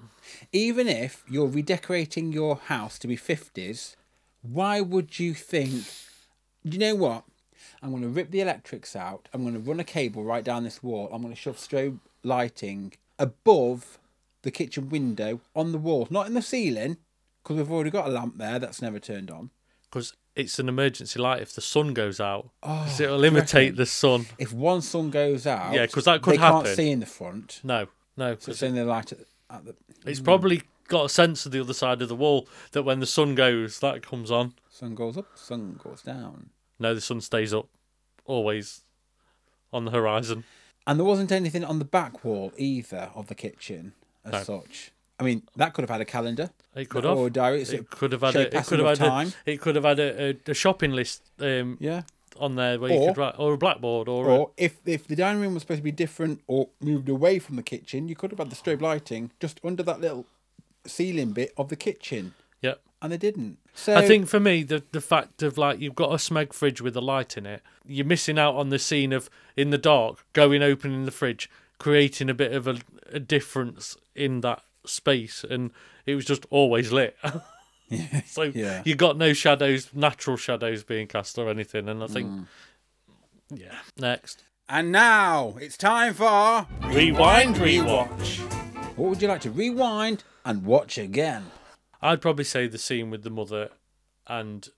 A: Even if you're redecorating your house to be 50s, why would you think, you know what? I'm going to rip the electrics out. I'm going to run a cable right down this wall. I'm going to shove strobe lighting above the kitchen window on the wall, not in the ceiling, because we've already got a lamp there that's never turned on.
B: Because it's an emergency light if the sun goes out.
A: Oh,
B: 'Cause it'll imitate the sun.
A: If one sun goes out,
B: Yeah, 'cause that could
A: they
B: happen.
A: can't see in the front.
B: No, no.
A: So it's only the light at, at the
B: It's probably got a sense of the other side of the wall that when the sun goes, that comes on.
A: sun goes up, sun goes down.
B: No, the sun stays up always on the horizon.
A: And there wasn't anything on the back wall either of the kitchen as such. I mean, that could have had a calendar.
B: It could
A: Or Oh, a
B: have.
A: diary. so
B: It could have had.
A: showed
B: A, it
A: passing
B: could have
A: of
B: had. A,
A: time.
B: it could have had a, a, a shopping list um,
A: yeah.
B: on there where you
A: Or-
B: could write, or a blackboard, or, a,
A: Or if, if the dining room was supposed to be different or moved away from the kitchen, you could have had the strobe lighting just under that little ceiling bit of the kitchen.
B: yeah.
A: And they didn't. So
B: I think for me, the the fact of like you've got a smeg fridge with a light in it, you're missing out on the scene of in the dark going opening the fridge, creating a bit of a, a difference in that space, and it was just always lit. so
A: Yeah.
B: you got no shadows, natural shadows being cast or anything, and I think.
A: Mm.
B: Yeah. Next.
A: And now it's time for
B: Rewind, rewatch.
A: what would you like to rewind and watch again?
B: I'd probably say the scene with the mother and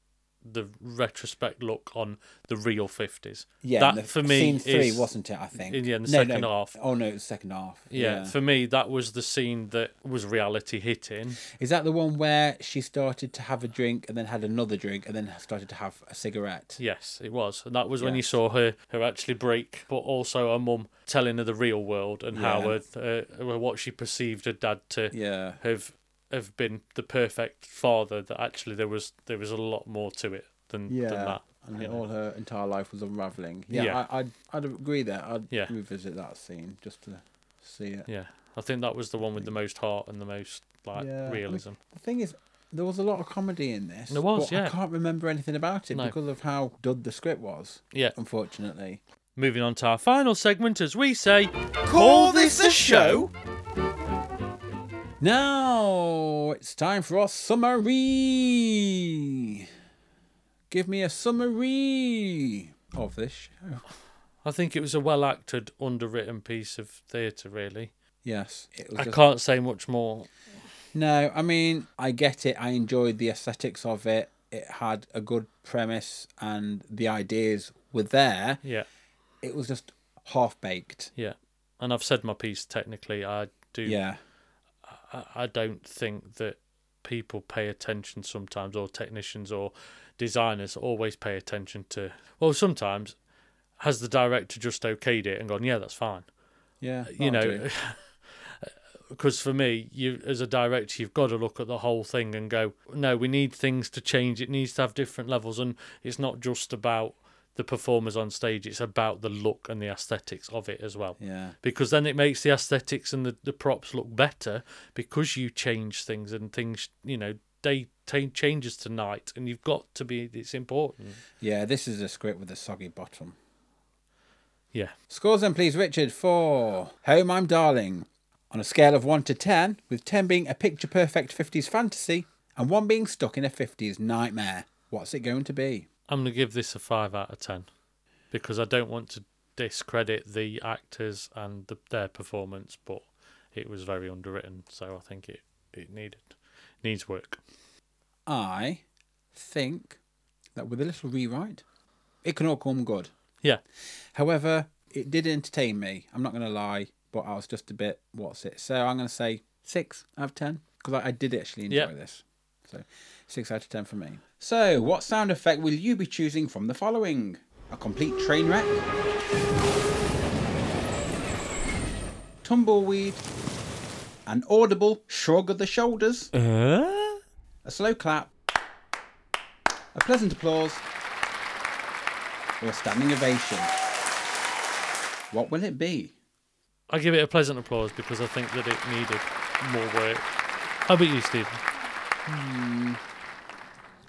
B: the retrospect look on the real 50s.
A: Yeah,
B: that
A: and the,
B: for me
A: scene three,
B: is,
A: wasn't it? I think.
B: in- yeah, in the
A: no,
B: second
A: no.
B: half.
A: Oh no, it's second half.
B: Yeah, for me, that was the scene that was reality hitting.
A: Is that the one where she started to have a drink and then had another drink and then started to have a cigarette?
B: Yes, it was, and that was when you saw her her actually break, but also her mum telling her the real world and how
A: Yeah.
B: her, uh, well, what she perceived her dad to
A: Yeah.
B: have have been the perfect father. That actually there was there was a lot more to it than, than that.
A: And all her entire life was unraveling. Yeah,
B: Yeah.
A: I, I'd, I'd agree there. I'd
B: Yeah.
A: revisit that scene just to see it.
B: Yeah, I think that was the one with the most heart and the most like
A: Yeah, I mean,
B: realism.
A: The thing is, there was a lot of comedy in this.
B: There was,
A: but
B: yeah.
A: I can't remember anything about it
B: No.
A: because of how dud the script was,
B: Yeah.
A: unfortunately.
B: Moving on to our final segment, as we say,
C: Call this a show?
A: Now it's time for our summary. Give me a summary of this show.
B: I think it was a well acted, underwritten piece of theatre. Really,
A: Yes, it was
B: I
A: just-
B: can't say much more.
A: No, I mean, I get it. I enjoyed the aesthetics of it. It had a good premise and the ideas were there.
B: Yeah,
A: It was just half baked.
B: yeah. And I've said my piece. Technically, I do.
A: Yeah.
B: I, I don't think that people pay attention sometimes, or technicians or designers always pay attention to. Well, sometimes has the director just okayed it and gone, yeah, that's fine.
A: Yeah.
B: you
A: that'll
B: know
A: do.
B: because for me you as a director you've got to look at the whole thing and go no we need things to change it needs to have different levels and it's not just about the performers on stage it's about the look and the aesthetics of it as well
A: Yeah.
B: because then it makes the aesthetics and the, the props look better because you change things and things you know they ta- changes to night, and you've got to be. It's important.
A: Yeah, this is a script with a soggy bottom.
B: Yeah.
A: Scores then, please, Richard, for Home I'm Darling. On a scale of 1 to 10, with 10 being a picture perfect 50s fantasy and 1 being stuck in a 50s nightmare, what's it going to be?
B: I'm going to give this a 5 out of 10 because I don't want to discredit the actors and the, their performance, but it was very underwritten, so I think it, it needed needs work.
A: I think that with a little rewrite, it can all come good.
B: Yeah.
A: However, it did entertain me. I'm not going to lie, but I was just a bit, what's it? So I'm going to say 6 out of 10 because I, I did actually enjoy
B: Yeah.
A: this. So 6 out of 10 for me. So, what sound effect will you be choosing from the following? A complete train wreck, tumbleweed, an audible shrug of the shoulders, a slow clap, a pleasant applause, or a standing ovation. What will it be?
B: I give it a pleasant applause because I think that it needed more work. How about you, Stephen?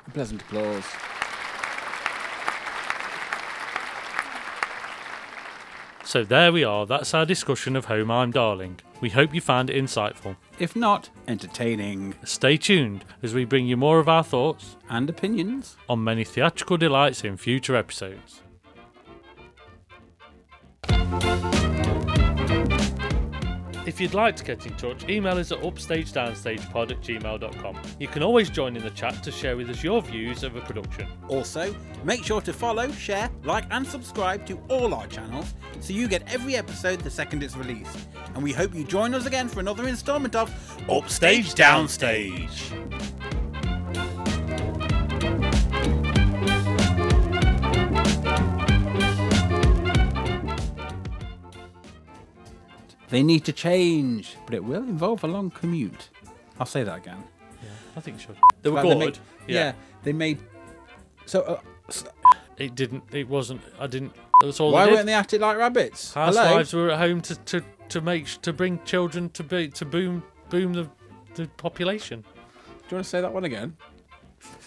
A: A pleasant applause.
B: So there we are. That's our discussion of Home I'm Darling. We hope you found it insightful.
A: If not, entertaining
B: Stay tuned as we bring you more of our thoughts
A: and opinions.
B: on many theatrical delights in future episodes. If you'd like to get in touch, email us at upstagedownstagepod at gmail.com. You can always join in the chat to share with us your views of a production.
A: Also, make sure to follow, share, like, and subscribe to all our channels so you get every episode the second it's released. And we hope you join us again for another installment of Upstage Downstage. They need to change, but it will involve a long commute. I'll say that again.
B: I think so. They were
A: Like, they
B: good.
A: made- yeah. they made. So, uh, s-
B: It didn't. It wasn't. I didn't. That's all.
A: why
B: they did.
A: weren't they acting like rabbits? Hello?
B: Housewives were at home to, to, to make to bring children to be to boom boom the the population.
A: Do you want to say that one again?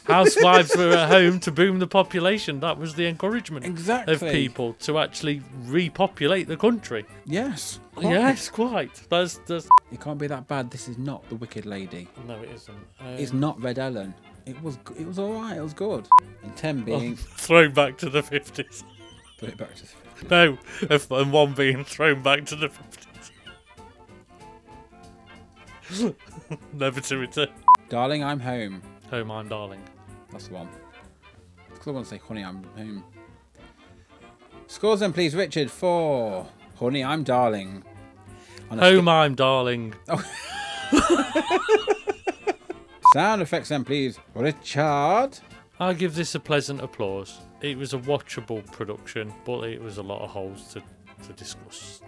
B: Housewives were at home to boom the population. That was the encouragement of
A: Exactly.
B: people to actually repopulate the country.
A: Yes.
B: Yes, quite. That's that's
A: It can't be that bad. This is not the Wicked Lady.
B: no, it isn't. Um,
A: It's not Red Ellen. It was. g- It was all right. It was good. And
B: Oh.
A: ten being
B: thrown back to the fifties.
A: put it back to.
B: No, if- and one being thrown back to the fifties. Never to return.
A: Darling, I'm home.
B: Home, I'm darling.
A: That's the one. Because I want to say, honey, I'm home. Scores then, please, Richard. For honey, I'm darling. On a
B: Home, I'm darling.
A: sca- sound effects then, please, Richard.
B: I give this a pleasant applause. It was a watchable production, but it was a lot of holes to, to discuss.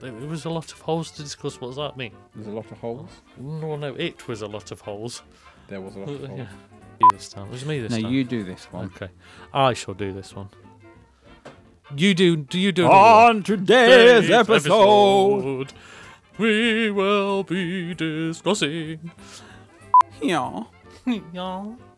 B: It was a lot of holes to discuss. What does that mean?
A: There's a lot of holes.
B: No, no, it was a lot of holes.
A: There was a lot of holes.
B: Yeah. This time. It was me this
A: Now
B: time.
A: you do this one.
B: Okay. I shall do this one. You do. Do you do? another
A: On
B: one.
A: today's Ah, episode.
B: episode, we will be discussing.
A: Yeah.
B: Y'all.